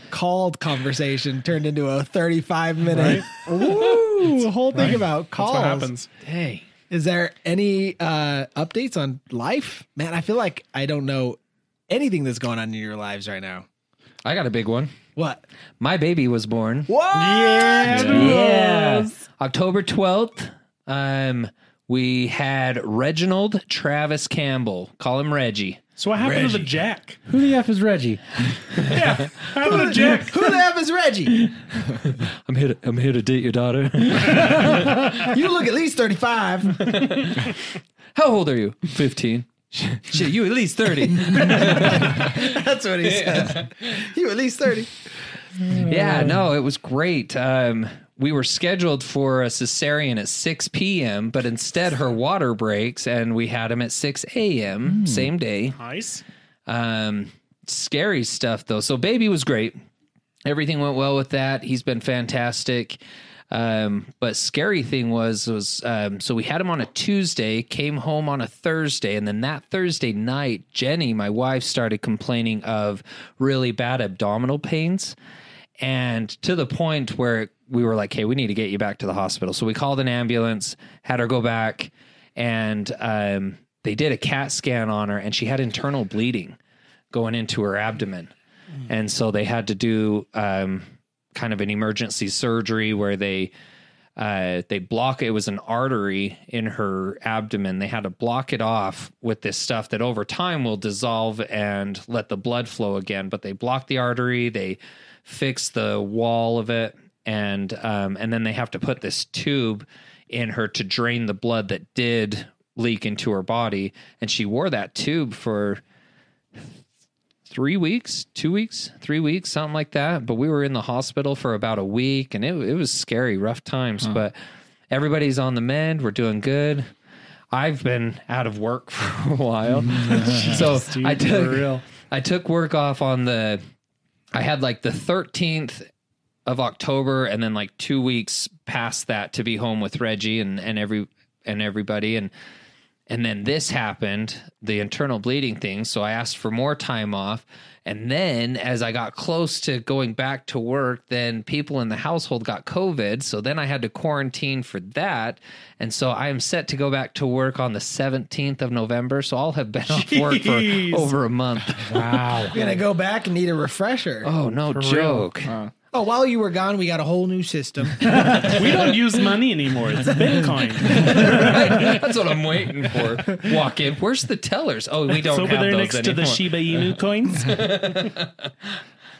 called conversation turned into a 35 minute ooh, whole thing about calls. what happens. Hey, Is there any uh, updates on life? Man, I feel like I don't know anything that's going on in your lives right now. I got a big one. What? My baby was born What? Yeah. October twelfth. Um, we had Reginald Travis Campbell. Call him Reggie. So what happened to the Jack? Who the F is Reggie? How about the Jack? Who the F is Reggie? I'm here. To, I'm here to date your daughter. You look at least 35. How old are you? Fifteen. Shit, you at least thirty. That's what he says. You at least 30. Yeah, no, it was great. Um, we were scheduled for a cesarean at 6 p.m., but instead her water breaks and we had him at 6 a.m. same day. Nice. Um, scary stuff though. So baby was great. Everything went well with that. He's been fantastic. Um, but scary thing was was um, so we had him on a Tuesday, came home on a Thursday, and then that Thursday night, Jenny, my wife, started complaining of really bad abdominal pains, and to the point where we were like, "Hey, we need to get you back to the hospital." So we called an ambulance, had her go back, and um, they did a CAT scan on her, and she had internal bleeding going into her abdomen. And so they had to do um, kind of an emergency surgery where they uh, they block it was an artery in her abdomen. They had to block it off with this stuff that over time will dissolve and let the blood flow again. But they blocked the artery, they fixed the wall of it, and um, and then they have to put this tube in her to drain the blood that did leak into her body. And she wore that tube for three weeks, two weeks, three weeks, something like that. But we were in the hospital for about a week and it, it was scary, rough times. But everybody's on the mend. We're doing good. I've been out of work for a while. so I took, I took work off on the, I had like the 13th of October and then like two weeks past that to be home with Reggie and, and every, and everybody. And, and then this happened, the internal bleeding thing. So I asked for more time off. And then as I got close to going back to work, then people in the household got COVID. So then I had to quarantine for that. And so I am set to go back to work on the 17th of November. So I'll have been off work Jeez. for over a month. Wow. You're going to go back and need a refresher. Uh-huh. Oh, no joke. Oh, while you were gone, we got a whole new system. We don't use money anymore. It's Bitcoin. Right? That's what I'm waiting for. Walk in. Where's the tellers? Oh, we It's don't over have there those next to anymore. the Shiba Inu coins.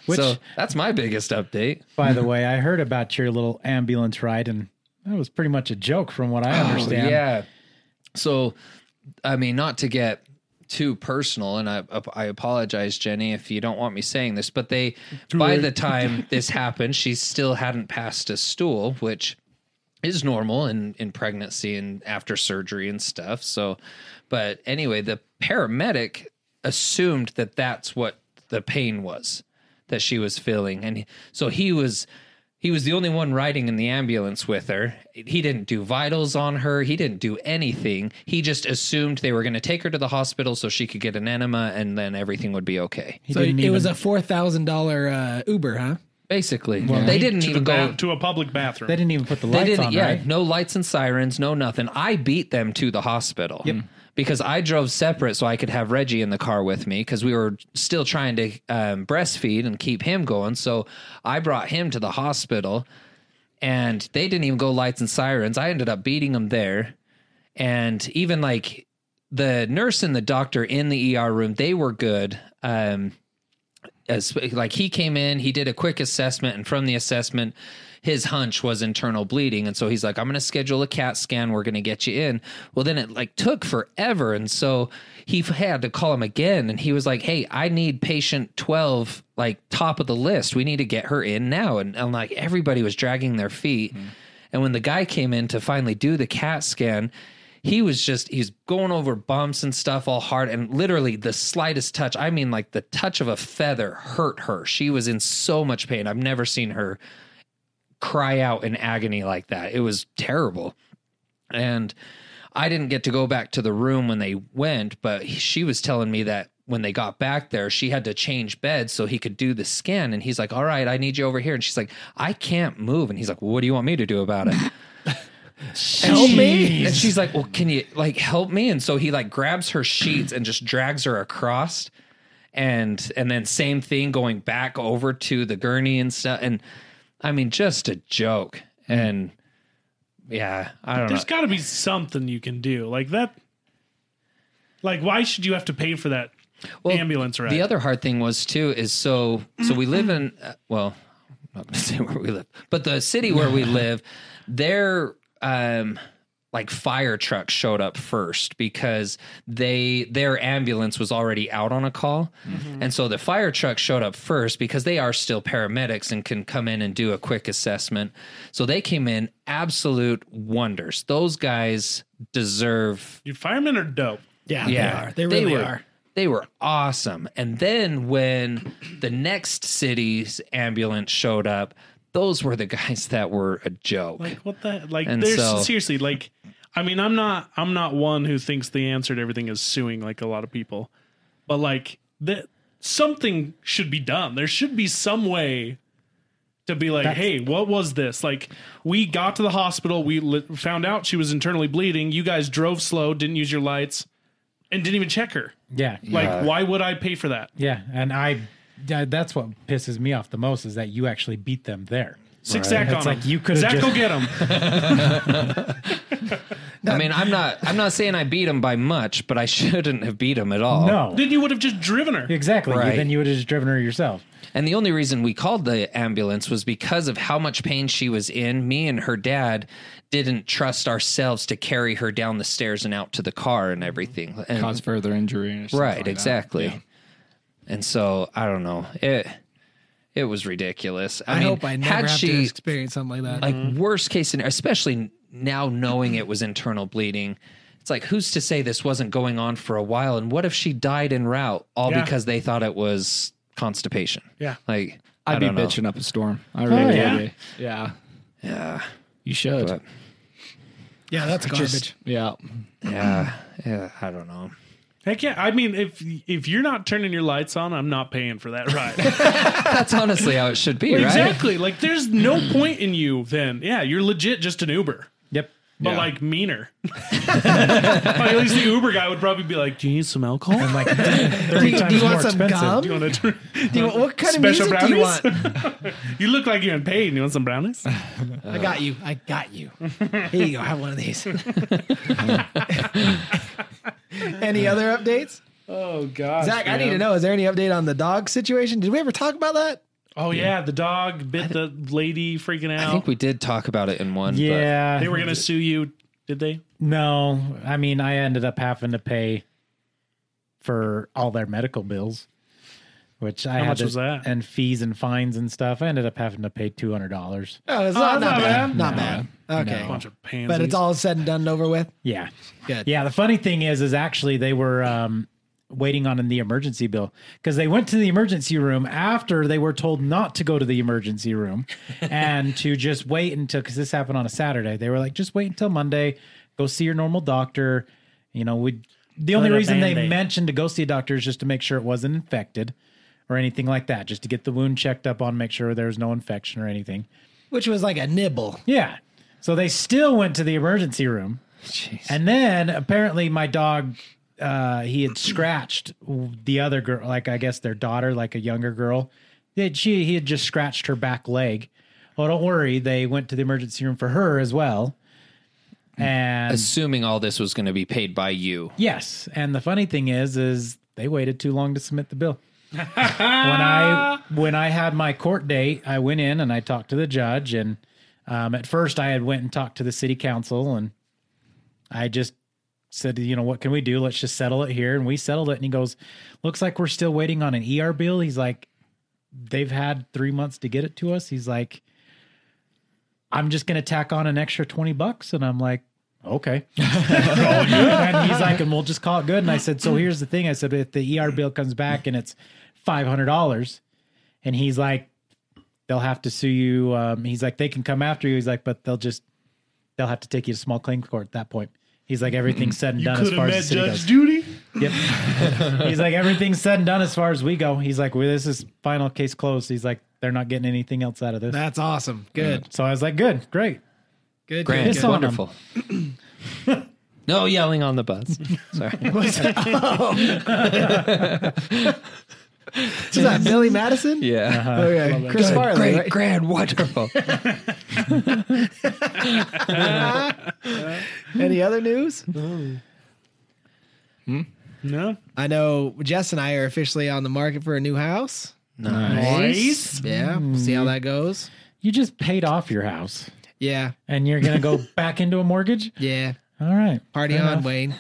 so that's my biggest update. By the way, I heard about your little ambulance ride, and that was pretty much a joke from what I understand. Yeah. So, I mean, not to get too personal, and I I apologize, Jenny, if you don't want me saying this, but they by the time this happened, she still hadn't passed a stool, which is normal in in pregnancy and after surgery and stuff. So, but anyway, the paramedic assumed that that's what the pain was that she was feeling, and so he was he was the only one riding in the ambulance with her. He didn't do vitals on her. He didn't do anything. He just assumed they were going to take her to the hospital so she could get an enema and then everything would be okay. He so it didn't was a even- $4,000 uh, Uber, huh? Basically, they didn't to, the even ba- go to a public bathroom. They didn't even put the They lights didn't. on. yeah, Right? no lights and sirens, no nothing. I beat them to the hospital Mm. because I drove separate so I could have Reggie in the car with me because we were still trying to um, breastfeed and keep him going. So I brought him to the hospital. and they didn't even go lights and sirens. I ended up beating them there. And even like the nurse and the doctor in the ER room, they were good. Um, as like he came in, he did a quick assessment, and from the assessment, his hunch was internal bleeding, and so he's like, "I'm going to schedule a CAT scan. We're going to get you in." Well, then it like took forever, and so he f- had to call him again, and he was like, "Hey, I need patient 12, like top of the list. We need to get her in now." And, and like everybody was dragging their feet, and when the guy came in to finally do the CAT scan, he was just he's going over bumps and stuff all hard and literally the slightest touch i mean like the touch of a feather hurt her she was in so much pain i've never seen her cry out in agony like that it was terrible and i didn't get to go back to the room when they went but she was telling me that when they got back there she had to change beds so he could do the scan and he's like all right i need you over here and she's like i can't move and he's like what do you want me to do about it help me and she's like well can you like help me and so he like grabs her sheets and just drags her across and and then same thing going back over to the gurney and stuff and i mean just a joke and yeah i don't There's know got to be something you can do like that. Like, why should you have to pay for that Well, ambulance ride? the other hard thing was too is so so we live in uh, well i'm not gonna say where we live but the city where we live their um like fire trucks showed up first because they their ambulance was already out on a call Mm-hmm. and so the fire truck showed up first because they are still paramedics and can come in and do a quick assessment so they came in absolute wonders those guys deserve Your firemen are dope. Yeah, they are. They really were, are. They were awesome. And then when the next city's ambulance showed up, those were the guys that were a joke. Like what the like? And There's so- seriously like, I mean, I'm not I'm not one who thinks the answer to everything is suing like a lot of people, but like that something should be done. There should be some way to be like, hey, what was this? Like, we got to the hospital, we li- found out she was internally bleeding. You guys drove slow, didn't use your lights, and didn't even check her. Yeah. Like, why would I pay for that? Yeah. And I, yeah, that's what pisses me off the most is that you actually beat them there. Six Zach It's on like him. you could've Zach, just- go get him. I mean, I'm not I'm not saying I beat them by much, but I shouldn't have beat them at Oh. all. No. then you would have just driven her. Exactly. You- Right. then you would have just driven her yourself. And the only reason we called the ambulance was because of how much pain she was in. Me and her dad didn't trust ourselves to carry her down the stairs and out to the car and everything. And- Cause further injury. Or something right like that. exactly Yeah. and so i don't know it it was ridiculous i, I, mean, hope I never had have to she experience something like that. like worst case scenario especially now knowing it was internal bleeding it's like who's to say this wasn't going on for a while and what if she died en route all Yeah. because they thought it was constipation Yeah. like I'd I be don't know. Oh, bitching up a storm. I really yeah. would. be. Yeah. yeah You should. But- yeah, that's garbage. yeah. yeah yeah i don't know Heck yeah! I mean, if if you're not turning your lights on, I'm not paying for that ride. that's honestly how it should be right Exactly. Like, there's no point in you then. Yeah, you're legit just an Uber, Yep. but Yeah. like meaner. like, at least the Uber guy would probably be like, "Do you need some alcohol? And like 30 you- do times you want more some expensive. gum? Do you want to? Do you, what kind Special of music do you want? brownies? you look like you're in pain. You want some brownies? I got you. I got you. Here you go. Have one of these. any other updates? Oh God, Zach, I need to know. Is there any update on the dog situation? Did we ever talk about that? Oh yeah, the dog bit the lady, freaking out. i think we did talk about it in one but- Yeah. they were gonna sue you. Did they? No, I mean, I ended up having to pay for all their medical bills, which I How had much to- was that? and fees and fines and stuff. I ended up having to pay two hundred dollars. Oh, it's Oh, not, not that's not bad. bad. Not bad. Okay. Bunch of pansies. But it's all said and done and over with. Yeah, Good. yeah. The funny thing is, is actually they were um, waiting on the emergency bill because they went to the emergency room after they were told not to go to the emergency room and to just wait until because this happened on a Saturday. They were like, just wait until Monday, go see your normal doctor. You know, we. The only Put a reason they Band-Aid. mentioned to go see a doctor is just to make sure it wasn't infected or anything like that, just to get the wound checked up on, make sure there was no infection or anything. Which was like a nibble. Yeah. So they still went to the emergency room. And then apparently my dog, uh, he had scratched the other girl, like I guess their daughter, like a younger girl. That she he had just scratched her back leg "Oh, don't worry." They went to the emergency room for her as well. And Assuming all this was going to be paid by you. Yes, and the funny thing is, is they waited too long to submit the bill. when I when I had my court date, I went in and I talked to the judge, and um, at first I had went and talked to the city council, and I just said, you know, what can we do? Let's just settle it here, and we settled it. And he goes, looks like we're still waiting on an ER bill. He's like, they've had three months to get it to us. He's like, I'm just gonna tack on an extra twenty bucks, and I'm like. Okay. and he's like, and we'll just call it good. And I said, so here's the thing. I said, if the ER bill comes back and it's five hundred dollars, and he's like, they'll have to sue you. Um, he's like, they can come after you. He's like, but they'll just, they'll have to take you to small claim court at that point. He's like, everything's said and You done as could far have as the met Judge Duty. city goes. Yep. He's like, everything's said and done as far as we go. He's like, well, this is final case closed. He's like, they're not getting anything else out of this. That's awesome. Good. So I was like, good, great. Good. Grand, Piss on 'em. wonderful. no yelling on the bus. Sorry. Good. Is that Billy Madison? Yeah. Okay. Chris Farley. Great, right? grand, wonderful. Any other news? No. Hmm? I know Jess and I are officially on the market for a new house. Nice. Yeah. We'll see how that goes. You just paid off your house, Yeah. and you're gonna go back into a mortgage. Yeah. All right. Party Fair on, enough. Wayne.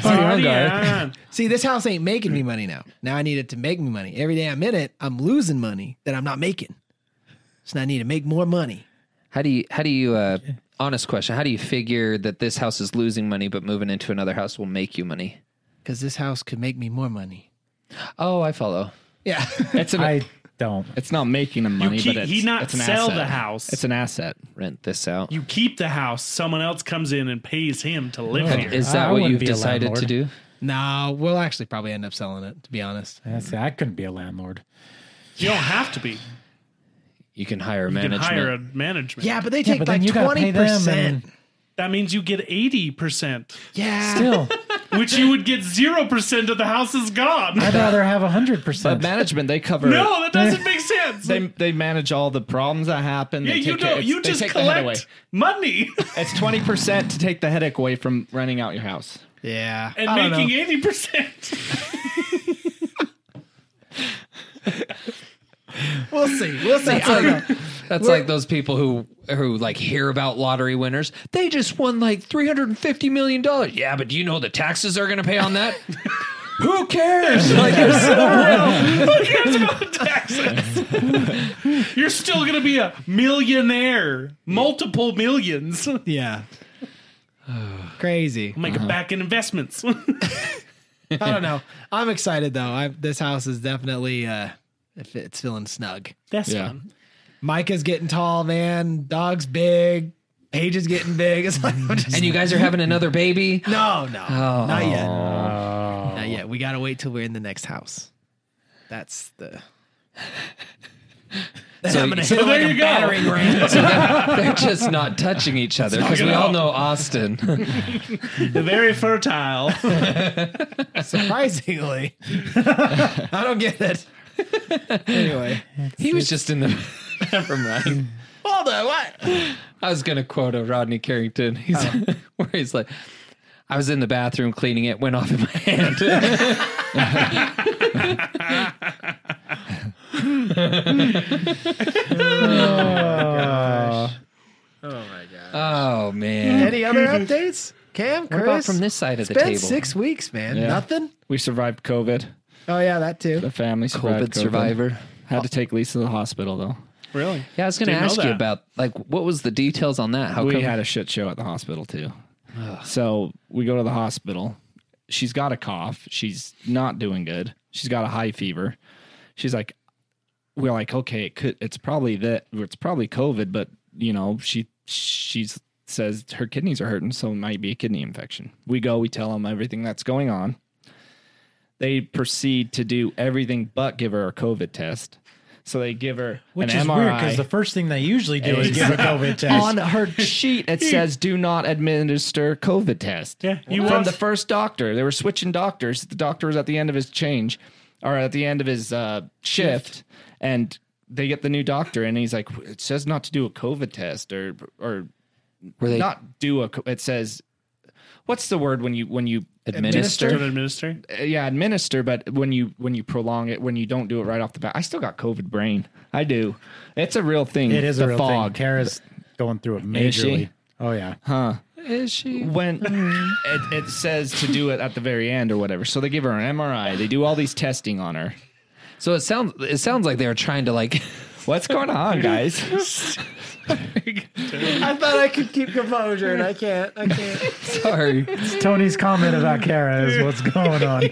Party on. See, this house ain't making me money now. Now I need it to make me money. Every day I'm in it, I'm losing money that I'm not making. So now I need to make more money. How do you, how do you, uh, honest question, how do you figure that this house is losing money, but moving into another house will make you money? Because this house could make me more money. Oh, I follow. Yeah. It's an, I don't. it's not making them money, keep- but it's, he not it's an sell asset. the house. It's an asset. Rent this out. You keep the house. Someone else comes in and pays him to Oh. live here. Is I- that I what wouldn't you've be a decided to landlord. do? no, we'll actually probably end up selling it, to be honest. I say I couldn't be a landlord. You don't have to be. You You can hire can management. hire a management. Yeah, but they take like you gotta pay 20%. them and That means you get 80%, yeah. still, which you would get 0% of the house is gone. I'd rather have hundred But percent. management, they cover. No, that doesn't make sense. They, they manage all the problems that happen. yeah, they you take care- don't. it's- You they just take the head away. collect money It's twenty percent to take the headache away from renting out your house. Yeah. and I don't making know. 80%. We'll see. We'll see. That's I don't know. like, that's like those people who who like hear about lottery winners. They just won like three hundred and fifty million dollars. Yeah, but do you know the taxes they're going to pay on that? who cares? Like, it's so real. Who cares about the taxes? You're still going to be a millionaire, multiple millions. Yeah. Crazy. Make it Uh-huh. back in investments. I don't know. I'm excited though. I this house is definitely uh if it's feeling snug. That's Yeah. fun. Micah's getting tall, man. Dog's big. Paige is getting big. It's like I'm just, and you Oh. guys are having another baby. no, no, not yet, not yet. We gotta wait till we're in the next house. That's the. So, So there you go. they're just not touching each other because we all know Austin. Very fertile. Surprisingly, I don't get it. Anyway, he was just in the. Never mind. hold on. What? I was gonna quote a Rodney Carrington. He's where he's like, I was in the bathroom cleaning it, went off in my hand. oh man. Any other updates, Cam? Chris? What about from this side of the It's been table? six weeks, man. Yeah. Nothing. We survived COVID. Oh yeah, that too. The family survived COVID survivor. Had to take Lisa to the hospital though. Really? Yeah, I was gonna Didn't know ask you that. about like what was the details on that? How we come had a shit show at the hospital too. So we go to the hospital. She's got a cough. She's not doing good. She's got a high fever. She's like, we're like, okay, it could, it's probably that, it's probably COVID, but you know, she she's says her kidneys are hurting, so it might be a kidney infection. We go, we tell them everything that's going on. They proceed to do everything but give her a COVID test. So they give her which an is MRI weird because the first thing they usually do is give a COVID test. on her sheet it says do not administer covid test Yeah, you from want- the first doctor they were switching doctors the doctor was at the end of his change or at the end of his uh, shift and they get the new doctor and he's like, it says not to do a COVID test or or Were they not do a. co- It says, what's the word when you when you Administer? Don't administer. uh, yeah administer but when you when you prolong it when you don't do it right off the bat i still got covid brain i do it's a real thing It is the a real fog thing. Kara's going through it Is she? majorly. Oh yeah. Is she? when Mm. it, it says to do it at the very end or whatever so they give her an mri they do all these testing on her So it sounds it sounds like they were trying to like what's going on guys I thought I could keep composure and I can't. I can't. sorry. It's Tony's comment about Kara is what's going on.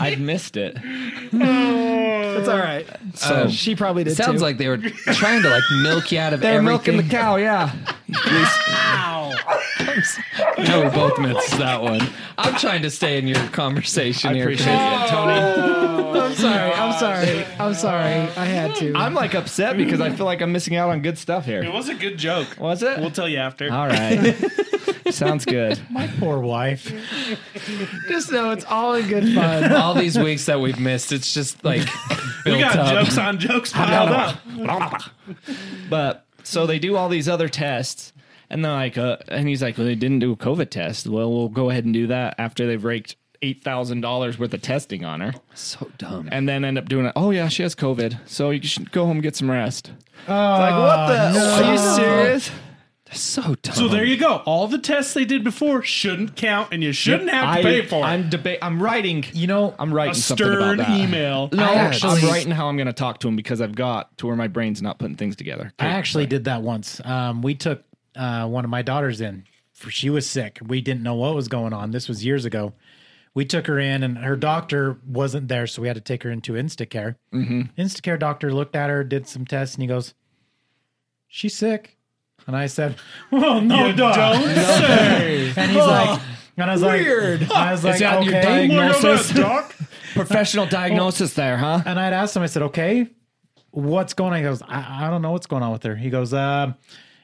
i missed it It's all right. So She probably did. it sounds too. like they were trying to like milk you out of they're milking everything. the cow yeah No, we both missed that one. I'm trying to stay in your conversation i here. appreciate it tony I'm sorry. I'm sorry. I'm sorry. I had to. i'm like upset because i feel like i'm missing out on good stuff It here was a good joke. was it We'll tell you after. all right sounds good My poor wife. just know it's all in good fun. All these weeks that we've missed, it's just like built We got up. jokes on jokes piled up. But so they do all these other tests, and they're like, uh, and he's like, well, they didn't do a COVID test. Well, we'll go ahead and do that after they've raked eight thousand dollars worth of testing on her, So dumb. and then end up doing it. Oh yeah, she has COVID, so you should go home and get some rest. Oh, Like what the? Ah, Are you serious? So dumb. So there you go. All the tests they did before shouldn't count, and you shouldn't have to I, pay for it. I'm debate. I'm writing. You know, I'm A writing something about stern that. email. No, I actually- I'm writing how I'm going to talk to him because I've got to where my brain's not putting things together. I actually did that once. Um, we took uh, one of my daughters in. For, she was sick. We didn't know what was going on. This was years ago. We took her in, and her doctor wasn't there, so we had to take her into Instacare. Mm-hmm. Instacare doctor looked at her, did some tests, and he goes, "She's sick." And I said, "Well, no, You duh." don't say. And he's like, and I was like, I was like, that your okay. diagnosis? Look at that, Doc. Professional diagnosis there, huh? And I'd asked him, I said, okay, what's going on? He goes, I, I don't know what's going on with her. He goes, uh,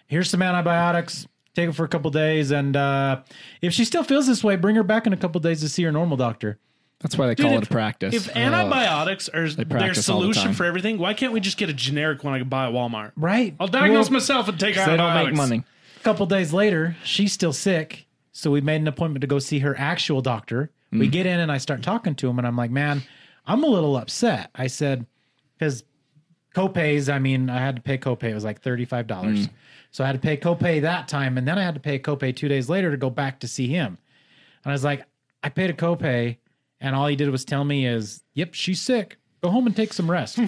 here's some antibiotics. Take it for a couple days. And uh, if she still feels this way, bring her back in a couple days to see her normal doctor. That's why they call Dude, it a practice. If antibiotics are their practice all the solution time. for everything, why can't we just get a generic one I can buy at Walmart? Right. I'll diagnose Well, myself and take they antibiotics. don't make money. A couple days later, she's still sick. So we made an appointment to go see her actual doctor. We get in and I start talking to him and I'm like, man, I'm a little upset. I said, because copays, I mean, I had to pay copay. It was like $35. Mm. So I had to pay copay that time. And then I had to pay a copay two days later to go back to see him. And I was like, I paid a copay, and all he did was tell me is, "Yep, she's sick. Go home and take some rest."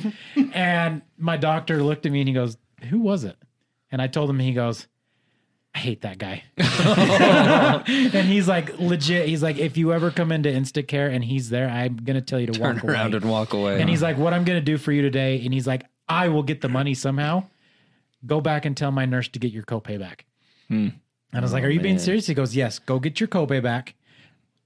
and my doctor looked at me and he goes, "Who was it?" And I told him, and he goes, "I hate that guy." and he's like, legit. He's like, if you ever come into Instacare and he's there, I'm gonna tell you to Turn walk around away. and walk away. And he's like, "What I'm gonna do for you today?" And he's like, "I will get the money somehow. Go back and tell my nurse to get your copay back." And I was like, "Are you being serious?" He goes, "Yes. Go get your copay back.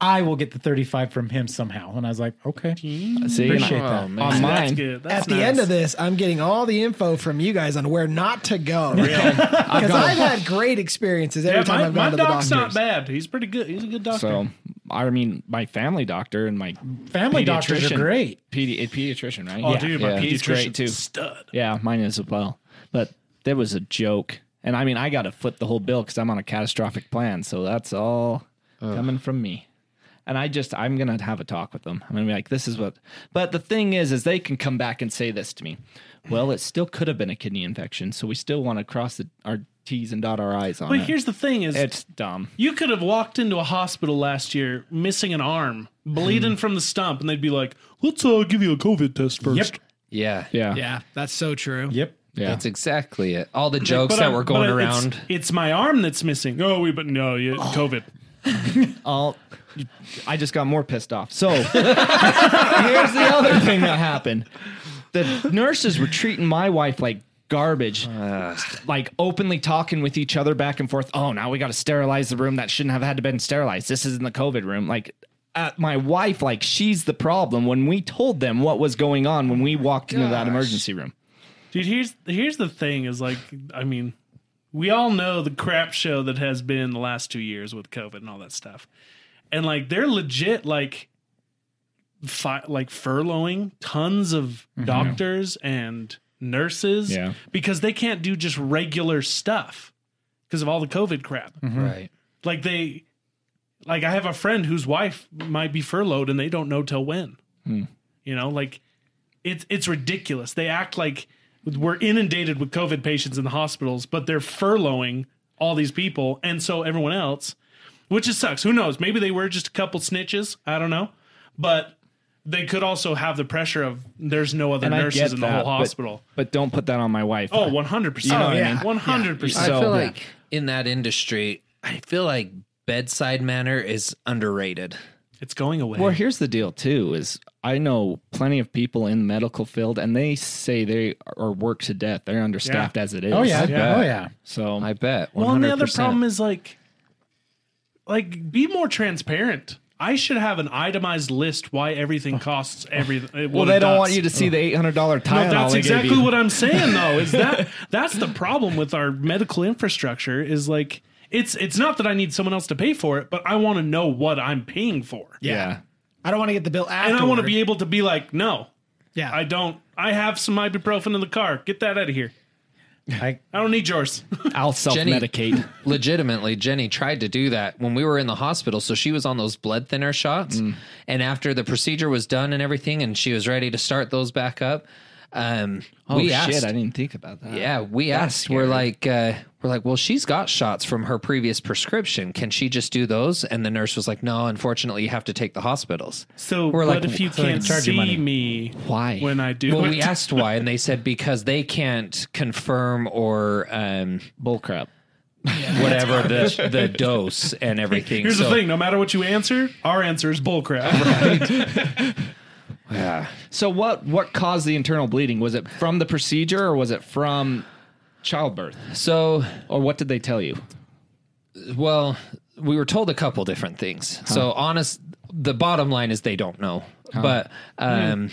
I will get the 35 from him somehow." And I was like, "Okay." See, Appreciate that. on Oh, That's mine. good. That's At the nice. end of this, I'm getting all the info from you guys on where not to go. Because I've had great experiences every yeah, time my, I've my gone to the doc's doctors. not bad. He's pretty good. He's a good doctor. So, I mean, my family doctor and my Family doctors are Pediatrician. great. pedi- a pediatrician, right? oh, dude, my yeah. pediatrician's He's great, too. Stud. Yeah, mine is as well. But that was a joke. And I mean, I got to foot the whole bill because I'm on a catastrophic plan. So that's all coming from me. And I just, I'm going to have a talk with them. I'm going to be like, this is what. But the thing is, is they can come back and say this to me. Well, it still could have been a kidney infection. So we still want to cross the, our T's and dot our I's on But it. here's the thing: is it's dumb. you could have walked into a hospital last year missing an arm, bleeding from the stump, and they'd be like, "Let's uh, give you a COVID test first. Yep. yeah. Yeah. Yeah, that's so true. Yep. Yeah. That's exactly it. All the jokes But that I- were but going I- it's- around. It's, my arm that's missing. Oh, we but no, you, COVID. I'll, I just got more pissed off. So here's the other thing that happened. The nurses were treating my wife like garbage, like openly talking with each other back and forth. Oh, now we got to sterilize the room that shouldn't have had to been sterilized. This isn't the COVID room. Like uh, my wife, like she's the problem when we told them what was going on when we walked into that emergency room. Dude, here's here's the thing: is like, I mean, we all know the crap show that has been the last two years with COVID and all that stuff, and like they're legit like fi- like furloughing tons of doctors and nurses Yeah. because they can't do just regular stuff because of all the COVID crap. Right. Like they, like I have a friend whose wife might be furloughed and they don't know till when. Hmm. You know, like it's it's ridiculous. They act like we're inundated with COVID patients in the hospitals, but they're furloughing all these people and so everyone else, which just sucks. Who knows? Maybe they were just a couple snitches. I don't know, but they could also have the pressure of there's no other And I nurses get in the that, whole but- hospital. But don't put that on my wife. Oh, 100%. You know what I yeah. mean? 100%. I So- feel like in that industry, I feel like bedside manner is underrated. It's going away. Well, here's the deal too: is I know plenty of people in the medical field, and they say they are work to death. They're understaffed as it is. Oh yeah. Yeah. Oh yeah. So I bet. 100%. Well, and the other problem is like, like be more transparent. I should have an itemized list why everything costs everything. Oh. well, they don't want you to see the eight hundred dollar No, Tylenol. that's they gave exactly you. what I'm saying though. Is that that's the problem with our medical infrastructure? Is like it's it's not that I need someone else to pay for it, but I want to know what I'm paying for, Yeah. I don't want to get the bill after. and I want to be able to be like, no, Yeah. I don't. I have some ibuprofen in the car. Get that out of here. I, I don't need yours. I'll self medicate. legitimately jenny tried to do that when we were in the hospital so she was on those blood thinner shots Mm. and after the procedure was done and everything and she was ready to start those back up um Oh we shit! asked I didn't think about that. yeah we asked we're like uh we're like well she's got shots from her previous prescription can she just do those and the nurse was like no unfortunately you have to take the hospitals So, We're but like, if you so they can't charge you see money. me, Why? when I do? well it. we asked why and they said because they can't confirm or um Bull crap. whatever the the dose and everything Here's So- the thing: no matter what you answer, our answer is bullcrap. So what? What caused the internal bleeding? Was it from the procedure, or was it from childbirth, so or what did they tell you? Well, we were told a couple different things. So honest, the bottom line is they don't know. But Hmm. um,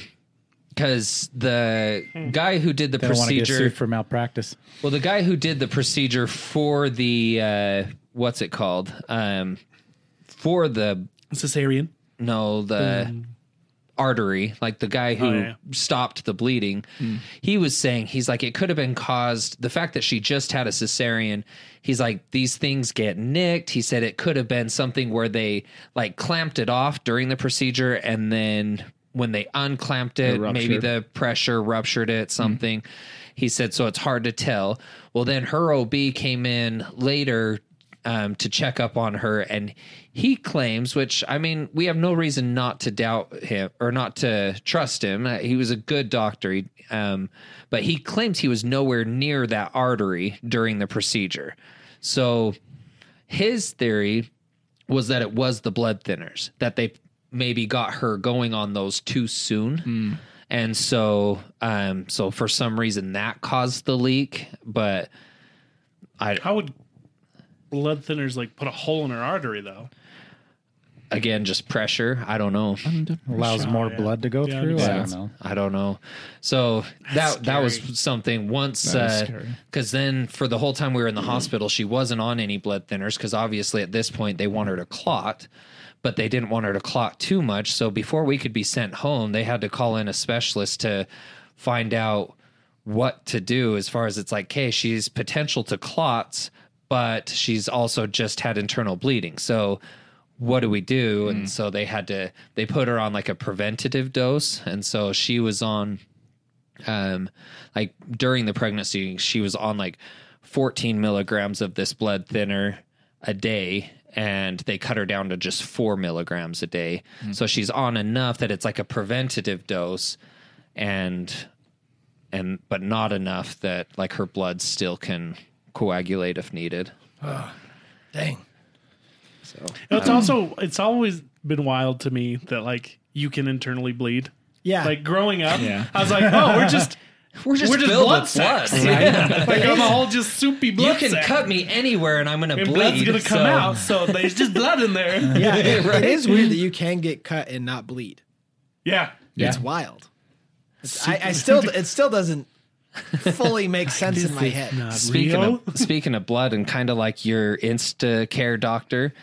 because the guy who did the I don't want to get procedure, sued for malpractice. well, the guy who did the procedure for the uh, what's it called? Um, for the Cesarean. no the artery like the guy who Mm. Oh, yeah. Mm. stopped the bleeding he was saying he's like it could have been caused the fact that she just had a cesarean he's like these things get nicked he said it could have been something where they like clamped it off during the procedure and then when they unclamped it maybe ruptured. the pressure ruptured Mm. it something he said so it's hard to tell well then her ob came in later um, to check up on her, and he claims, which I mean, we have no reason not to doubt him or not to trust him. Uh, He was a good doctor, he, um, but he claims he was nowhere near that artery during the procedure. So his theory was that it was the blood thinners that they maybe got her going on those too soon. And so, um, so for some reason that caused the leak, but How would blood thinners like put a hole in her artery though? again, just pressure. I don't know. Allows more blood to go Yeah, through. makes I don't know. I don't know. So that that scary. was something once because then for the whole time we were in the hospital, she wasn't on any blood thinners because obviously at this point they want her to clot, but they didn't want her to clot too much. So before we could be sent home, they had to call in a specialist to find out what to do as far as it's like, hey, she's potential to clots, but she's also just had internal bleeding. So what do we do? And so they had to they put her on like a preventative dose. And so she was on um like during the pregnancy she was on like 14 milligrams of this blood thinner a day and they cut her down to just four milligrams a day Hmm. so she's on enough that it's like a preventative dose and and but not enough that like her blood still can coagulate if needed Dang. It's also it's always been wild to me that like you can internally bleed. Yeah. Like growing up, I was like, oh, we're just we're Ah. just, we're just filled blood with sacks. blood. like I'm all just soupy you blood. can sack. cut me anywhere and i'm gonna and bleed blood's gonna come so- out. So there's just blood in there. Yeah, it- it is weird that you can get cut and not bleed. Yeah. It's wild. It's- I, I still, it still doesn't fully make sense in my head. Speaking Real? of speaking of blood and kind of like your Insta care doctor,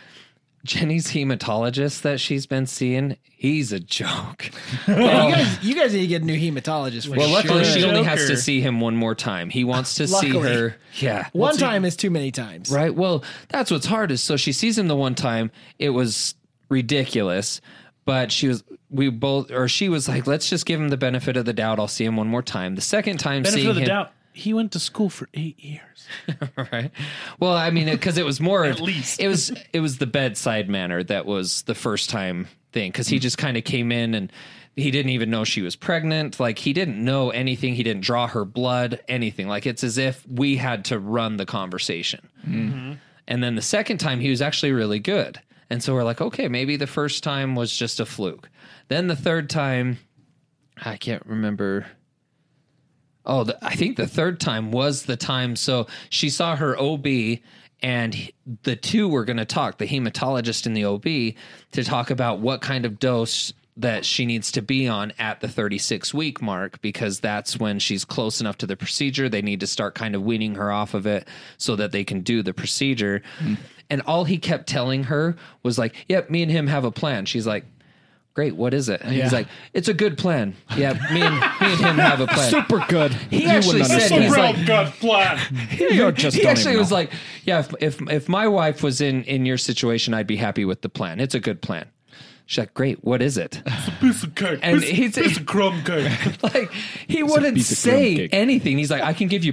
Jenny's hematologist that she's been seeing, he's a joke. you guys, you guys need to get a new hematologist for Well, sure. luckily she only has Joker. to see him one more time. He wants to see Luckily. her. Yeah. One time is too many times. Right. Well, that's what's hard is so she sees him the one time. It was ridiculous, but she was we both or she was like, let's just give him the benefit of the doubt. I'll see him one more time. The second time, Benefit seeing of the him, doubt, he went to school for eight years. right? Well, I mean, because it was more At least. it was it was the bedside manner that was the first time thing because Mm. he just kind of came in and he didn't even know she was pregnant. Like he didn't know anything. He didn't draw her blood, anything. Like it's as if we had to run the conversation. Mm-hmm. Mm-hmm. And then the second time, he was actually really good. And so we're like, okay, maybe the first time was just a fluke. Then the third time, I can't remember. Oh, the, I think the third time was the time. So she saw her OB, and he- the two were going to talk, the hematologist and the OB, to talk about what kind of dose that she needs to be on at the 36 week mark because that's when she's close enough to the procedure they need to start kind of weaning her off of it so that they can do the procedure and all he kept telling her was like yep me and him have a plan she's like great what is it and he's like it's a good plan yeah me and me and him have a plan Super good. he actually said he's like, gut flat. You're just he don't actually even was know. like, yeah, if, if if my wife was in in your situation, I'd be happy with the plan. It's a good plan. She's like, great. What is it? Piece of cake. And he's- crumb cake. like he wouldn't piece of crumb say cake. anything. He's like, I can give you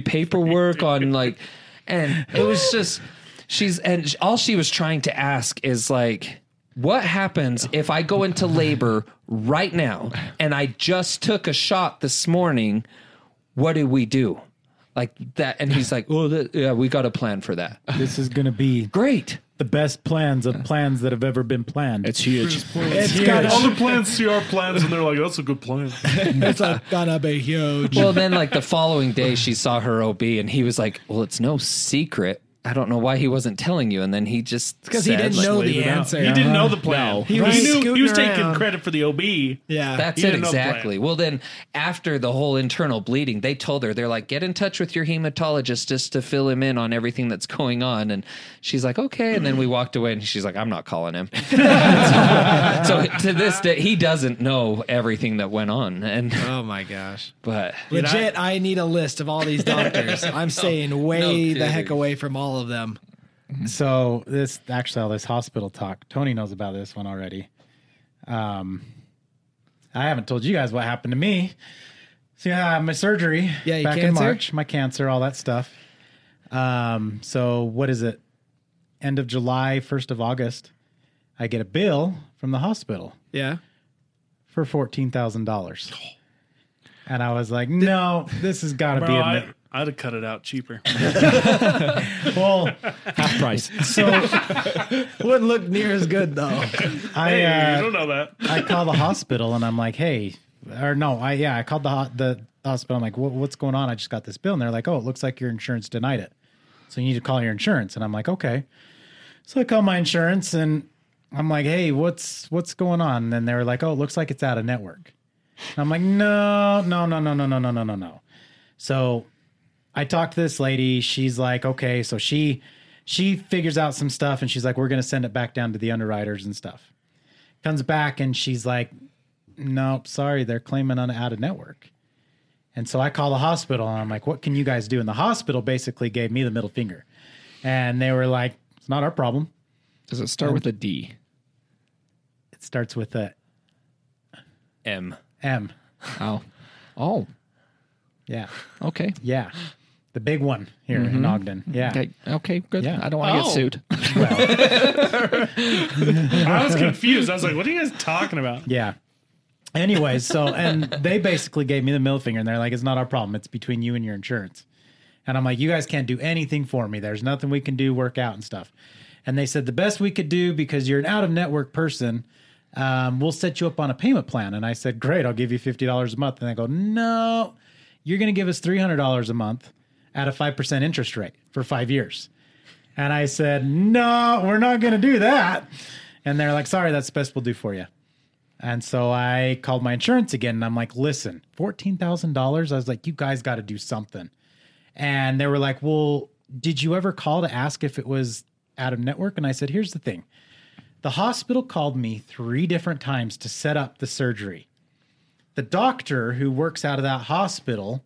paperwork on like, and it was just she's and sh- all she was trying to ask is like, what happens if I go into labor right now and I just took a shot this morning? What do we do? Like that, and he's like, "Oh, that, yeah, we got a plan for that." This is gonna be Great. the best plans of plans that have ever been planned. it's huge. It's got Other plans see our plans, and they're like, "That's a good plan." It's a, gonna be huge. Well, then, like the following day, she saw her OB, and he was like, "Well, it's no secret. I don't know why he wasn't telling you." And then he just Because he said, didn't like, know Leave the it out. answer. He didn't uh-huh. know the plan. He, was knew he was scooting taking around. credit for the OB. Yeah. That's He it didn't know exactly. plan. Well, then after the whole internal bleeding, they told her they're like, get in touch with your hematologist just to fill him in on everything that's going on. And she's like, okay. And then we walked away, and she's like, I'm not calling him. so, to this day, he doesn't know everything that went on. And Oh my gosh. but Legit, I, need a list of all these doctors. I'm staying way no the heck kidding. away from all of them. So this actually all this hospital talk. Tony knows about this one already. Um, I haven't told you guys what happened to me. So yeah, my surgery. Yeah, you back in cancer? March, my cancer, all that stuff. Um, so what is it? End of July, first of August, I get a bill from the hospital Yeah. for fourteen thousand dollars, and I was like, no, this has got to be Bro, a I, mi- I'd have cut it out cheaper. well. half price. So Wouldn't look near as good though. I Hey, uh, you don't know that. I call the hospital and I'm like, hey, or no, I yeah, I called the ho- the hospital. I'm like, "Wha- what's going on? I just got this bill, and they're like, oh, it looks like your insurance denied it, so you need to call your insurance. And I'm like, okay. So I call my insurance and I'm like, hey, what's what's going on? And then they were like, oh, it looks like it's out of network. And I'm like, no, no, no, no, no, no, no, no, no, no. So I talked to this lady. She's like, okay, so she she figures out some stuff and she's like, we're gonna send it back down to the underwriters and stuff comes back and she's like, "Nope, sorry, they're claiming on out of network." And so I call the hospital and I'm like, "What can you guys do?" And the hospital basically gave me the middle finger, and they were like, "It's not our problem. Does it start with a D? It starts with a M. M." Oh, oh, Yeah, okay. yeah, the big one here in Ogden. Yeah, Okay, okay, good. Yeah. I don't want to get Oh. sued. I was confused. I was like, "What are you guys talking about?" yeah. Anyway, so and they basically gave me the middle finger and they're like, "It's not our problem. It's between you and your insurance." And I'm like, you guys can't do anything for me. There's nothing we can do, work out and stuff. And they said, the best we could do because you're an out of network person, um, we'll set you up on a payment plan. And I said, great, I'll give you $50 a month. And they go, no, you're going to give us $300 a month at a 5% interest rate for five years. And I said, no, we're not going to do that. And they're like, sorry, that's the best we'll do for you. And so I called my insurance again and I'm like, listen, $14,000. I was like, you guys got to do something and they were like, "Well, did you ever call to ask if it was out of network?" And I said, "Here's the thing. The hospital called me three different times to set up the surgery. The doctor who works out of that hospital,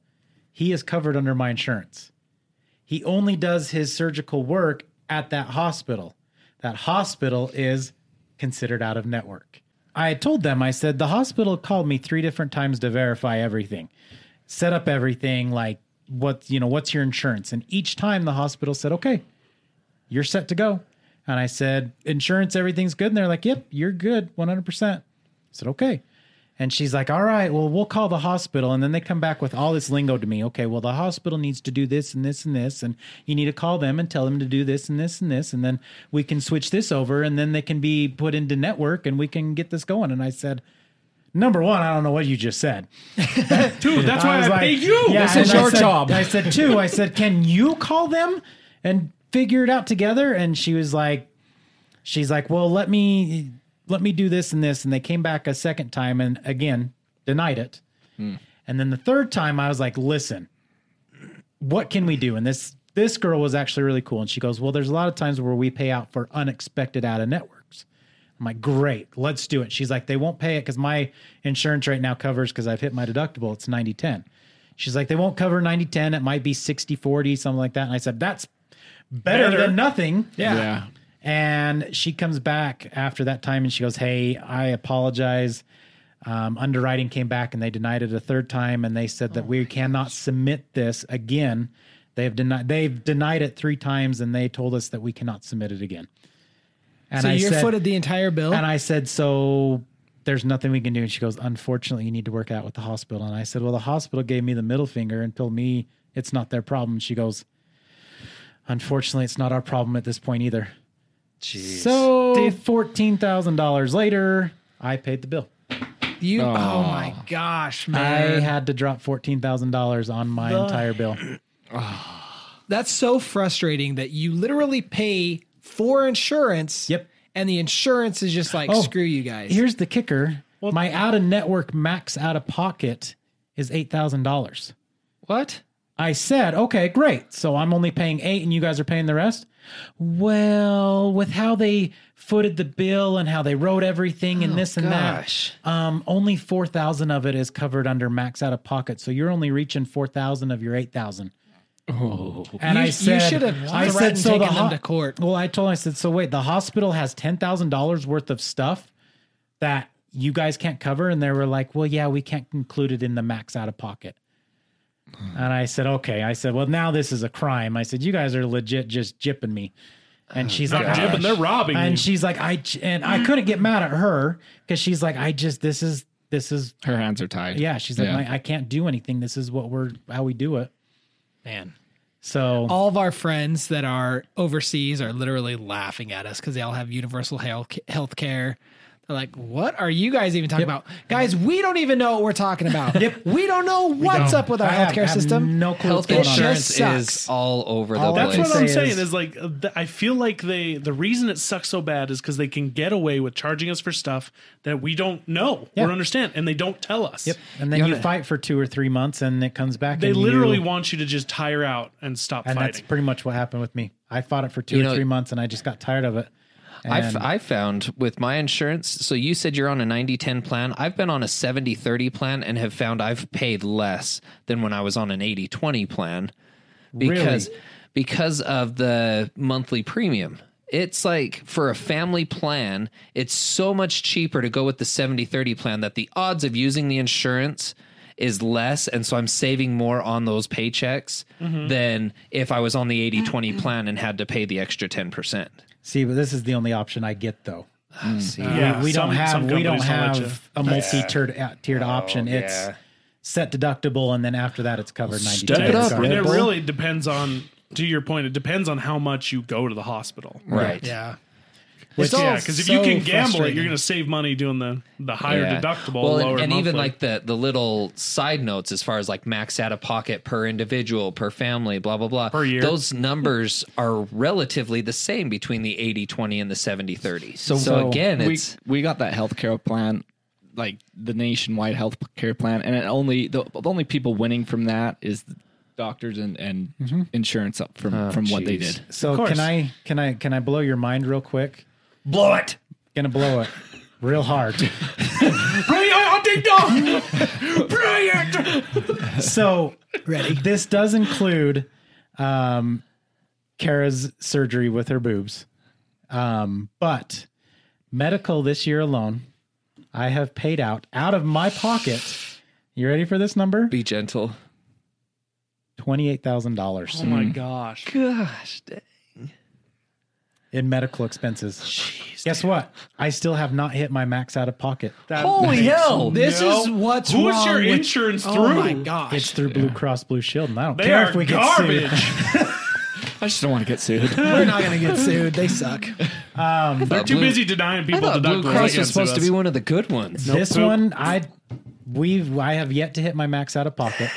he is covered under my insurance. He only does his surgical work at that hospital. That hospital is considered out of network. I had told them, I said, the hospital called me three different times to verify everything, set up everything, like what, you know, what's your insurance? And each time the hospital said, okay, you're set to go. And I said, insurance, everything's good. And they're like, yep, you're good, 100%. I said, okay. And she's like, all right, well, we'll call the hospital. And then they come back with all this lingo to me. Okay, well, the hospital needs to do this and this and this. And you need to call them and tell them to do this and this and this. And then we can switch this over and then they can be put into network and we can get this going. And I said, number one, I don't know what you just said. Dude, that's why I, was like, pay you. Yeah, This and is I your said- job. I said two. I said, can you call them and figure it out together? And she was like, she's like, well, let me let me do this and this. And they came back a second time and again denied it. Hmm. And then the third time, I was like, listen, what can we do? And this this girl was actually really cool. And she goes, well, there's a lot of times where we pay out for unexpected out of networks. I'm like, great, let's do it. She's like, they won't pay it because my insurance right now covers because I've hit my deductible. It's 90 10. She's like, they won't cover 90 10. It might be 60 40, something like that. And I said, that's better, Better. than nothing. Yeah. And she comes back after that time and she goes, Hey, I apologize. Um, underwriting came back and they denied it a third time and they said that we cannot submit this again. They've denied they've denied it three times and they told us that we cannot submit it again. And so I you're said, footed the entire bill. and I said, So there's nothing we can do. And she goes, Unfortunately, you need to work out with the hospital. And I said, Well, the hospital gave me the middle finger and told me it's not their problem. She goes, Unfortunately, it's not our problem at this point either. So fourteen thousand dollars later, I paid the bill. you. Oh. my gosh, I man, had to drop fourteen thousand dollars on my entire bill. that's so frustrating that you literally pay for insurance. Yep. And the insurance is just like, Oh, screw you guys. Here's the kicker: my out-of-network max out-of-pocket is eight thousand dollars. What? I said, okay, great. So I'm only paying eight and you guys are paying the rest? Well, with how they footed the bill and how they wrote everything Oh, and this and gosh. that, um, only 4,000 of it is covered under max out of pocket. So you're only reaching 4,000 of your 8,000. Oh, and You- I you said, should have I threatened said, so the taking them ho- to court. Well, I told him, I said, so wait, the hospital has $10,000 worth of stuff that you guys can't cover. And they were like, well, yeah, we can't include it in the max out of pocket. And I said, okay. I said, well, now this is a crime. I said, you guys are legit just jipping me. And she's Not like, jipping, "I-" they're robbing you. And she's like, I j- and I couldn't get mad at her because she's like, I just this is this is Her hands are tied. yeah. She's like, Yeah. "My- I can't do anything. This is what we're how we do it. man. So all of our friends that are overseas are literally laughing at us because they all have universal health care. They're like, what are you guys even talking about? Guys, we don't even know what we're talking about. We don't know what's up with our I have- I healthcare have system. no clue what's Health going on. insurance insurance sucks. is all over the All I That's place. would what I'm say saying is- is, like uh, th- I feel like they the reason it sucks so bad is because they can get away with charging us for stuff that we don't know Yeah. or understand, and they don't tell us. Yep. And then you, fight for two or three months, and it comes back. They and literally you, want you to just tire out and stop and that's fighting. pretty much what happened with me. I fought it for two You or know- three months, and I just got tired of it. I, And- f- I found with my insurance. So you said you're on a 90 10 plan. I've been on a 70 30 plan and have found I've paid less than when I was on an 80 20 plan because because of the monthly premium. It's like for a family plan, it's so much cheaper to go with the 70 30 plan that the odds of using the insurance is less and so I'm saving more on those paychecks than if I was on the 80 20 plan and had to pay the extra 10%. See, but this is the only option I get though. See? yeah, we, we some- don't have some we don't companies let you. have a multi-tiered uh, tiered option. It's set deductible, and then after that, it's covered ninety. Step it up, and it Red Bull. really depends on. To your point, it depends on how much you go to the hospital. Right. Yeah. Which, yeah, because if you so can gamble it, frustrating. you're going to save money doing the the higher Yeah. deductible, Well, and- lower and, even monthly. like the the little side notes as far as like max out of pocket per individual, per family, blah blah blah. Per year. Those numbers are relatively the same between the 80-20 and the 70-30. So, again, we, it's we got that healthcare plan, like the nationwide healthcare plan, and it only the, the only people winning from that is doctors and and Mm-hmm. insurance up from from what they jeez. did. So can I can I can I blow your mind real quick? blow it. Gonna blow it real hard. so ready. This does include um, Kara's surgery with her boobs, um, but medical this year alone, I have paid out out of my pocket. You ready for this number? Be gentle. Twenty-eight thousand dollars Oh my gosh. Gosh, in medical expenses. Guess what? I still have not hit my max out of pocket. That- holy hell! This No. is what's Who's wrong your with- insurance Oh my through? gosh! It's through Blue Cross Blue Shield, and I don't They care are if we get sued. garbage. I just don't want to get sued. We're not gonna get sued. They suck. They're too busy denying I people thought deductibles. Blue Cross They was can't sue supposed to us. be one of the good ones. This Nope. one, I we've I have yet to hit my max out of pocket.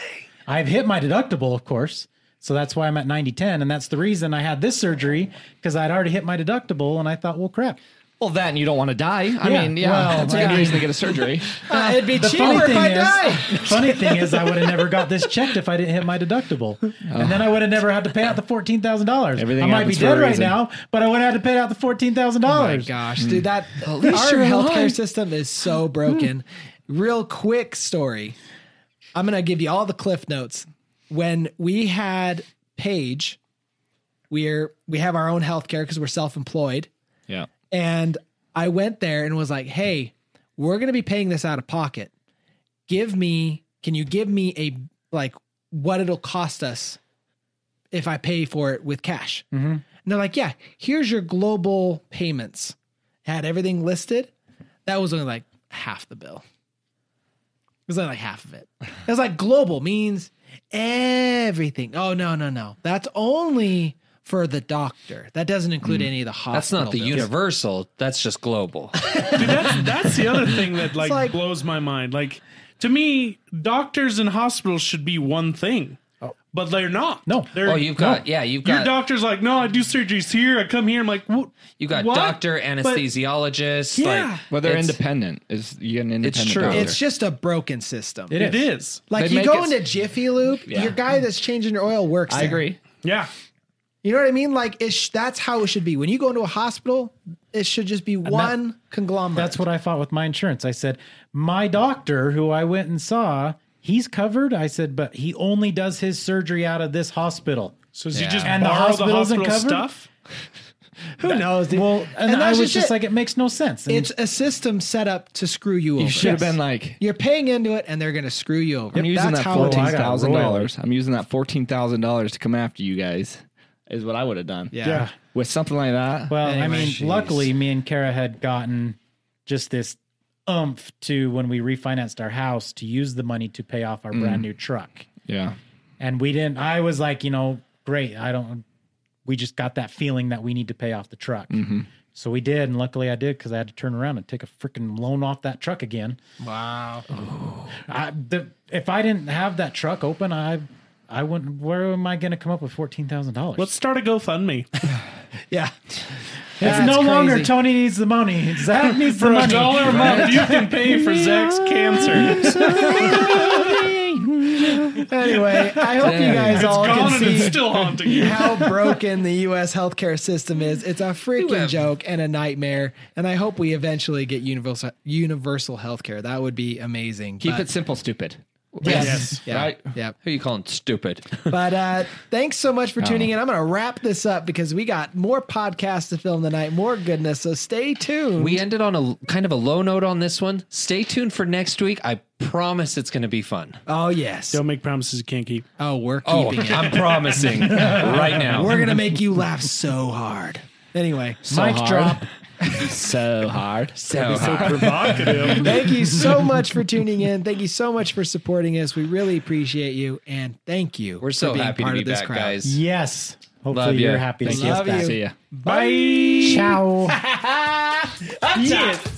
I've hit my deductible, of course. So that's why I'm at 90 10. And that's the reason I had this surgery because I'd already hit my deductible. And I thought, well, crap. Well, that and you don't want to die. I Yeah, mean, yeah, well, that's a I good mean- reason to get a surgery. it'd be cheaper if I die. is, funny thing is, I would have never got this checked if I didn't hit my deductible. And then I would have never had to pay out the $14,000. Everything I might be happens for a dead right reason. now, but I would have had to pay out the Oh my $14,000. gosh, dude, that our Hmm. least you're healthcare alive. Hmm. system is so broken. Real quick story. I'm gonna give you all the cliff notes. When we had Paige, we're we have our own healthcare because we're self-employed. yeah. And I went there and was like, hey, we're going to be paying this out of pocket. Give me, can you give me a, like, what it'll cost us if I pay for it with cash? Mm-hmm. And they're like, yeah, here's your global payments. Had everything listed. That was only like half the bill. It was only like half of it. It was like global means everything. Oh, no, no, no. That's only for the doctor. That doesn't include any of the hospital. Mm. That's not the bills. universal. That's just global. Dude, that's, that's the other thing that like, like- blows my mind. Like to me, doctors and hospitals should be one thing, but they're not. No. they're oh, you've got yeah, you've your got doctor's like, no, I do surgeries here. I come here. I'm like, what? you got what? doctor But- anesthesiologist. Yeah. like, Well, they're it's- independent. Is you get an independent? true. doctor. It's just a broken system. It It is. is. like They you make go it- into Jiffy Lube, your guy that's changing your oil works. I there. agree. Yeah. You know what I mean? Like it sh- that's how it should be. When you go into a hospital, it should just be one conglomerate. That's what I fought with my insurance. I said, my doctor, who I went and saw, he's covered. I said, but he only does his surgery out of this hospital. So does he Yeah. just And the borrow the hospital hospital, isn't covered? stuff? who knows. Dude. Well, and, I that's was just it. like, it makes no sense. And it's a system set up to screw you over. You should have Yes. been like, You're paying into it, and they're going to screw you over. I'm using that's that how it is. fourteen I got thousand royalties. dollars. I'm using that fourteen thousand dollars to come after you guys. Is what I would have done. Yeah. With something like that. well, I Anyway, mean, jeez. luckily, me and Kara had gotten just this umph to when we refinanced our house to use the money to pay off our Mm. brand new truck. yeah. And we didn't, I was like, you know, great. I don't, we just got that feeling that we need to pay off the truck. Mm-hmm. So we did. And luckily I did because I had to turn around and take a freaking loan off that truck again. Wow. I, the, if I didn't have that truck open, I, I wouldn't, where am I going to come up with $14,000? Let's start a GoFundMe Yeah. It's That's no crazy. longer Tony needs the money. Zach needs the for a money. dollar a month. You can pay for Zach's cancer. Anyway, I hope you guys It's all gone can and it's see still haunting you. how broken the U.S. healthcare system is. It's a freaking have- joke and a nightmare. And I hope we eventually get universal universal healthcare. That would be amazing. Keep But- it simple, stupid. Yes. Yeah, Right. Yeah. Who you calling stupid? But uh, thanks so much for tuning in. I'm going to wrap this up because we got more podcasts to film tonight, more goodness. So stay tuned. we ended on a kind of a low note on this one. Stay tuned for next week. I promise it's going to be fun. oh, yes. Don't make promises you can't keep. Oh, we're Oh, keeping it. I'm promising right now. We're going to make you laugh so hard. Anyway, Mic drop. so hard. so hard. Provocative. thank you so much for tuning in. Thank you so much for supporting us. We really appreciate you. And thank you. We're so for being happy to part be of this back, crowd. guys. Yes. Hopefully Love ya. you're happy to Thank see you. us Love back. you. See ya. Bye. Ciao. Yes.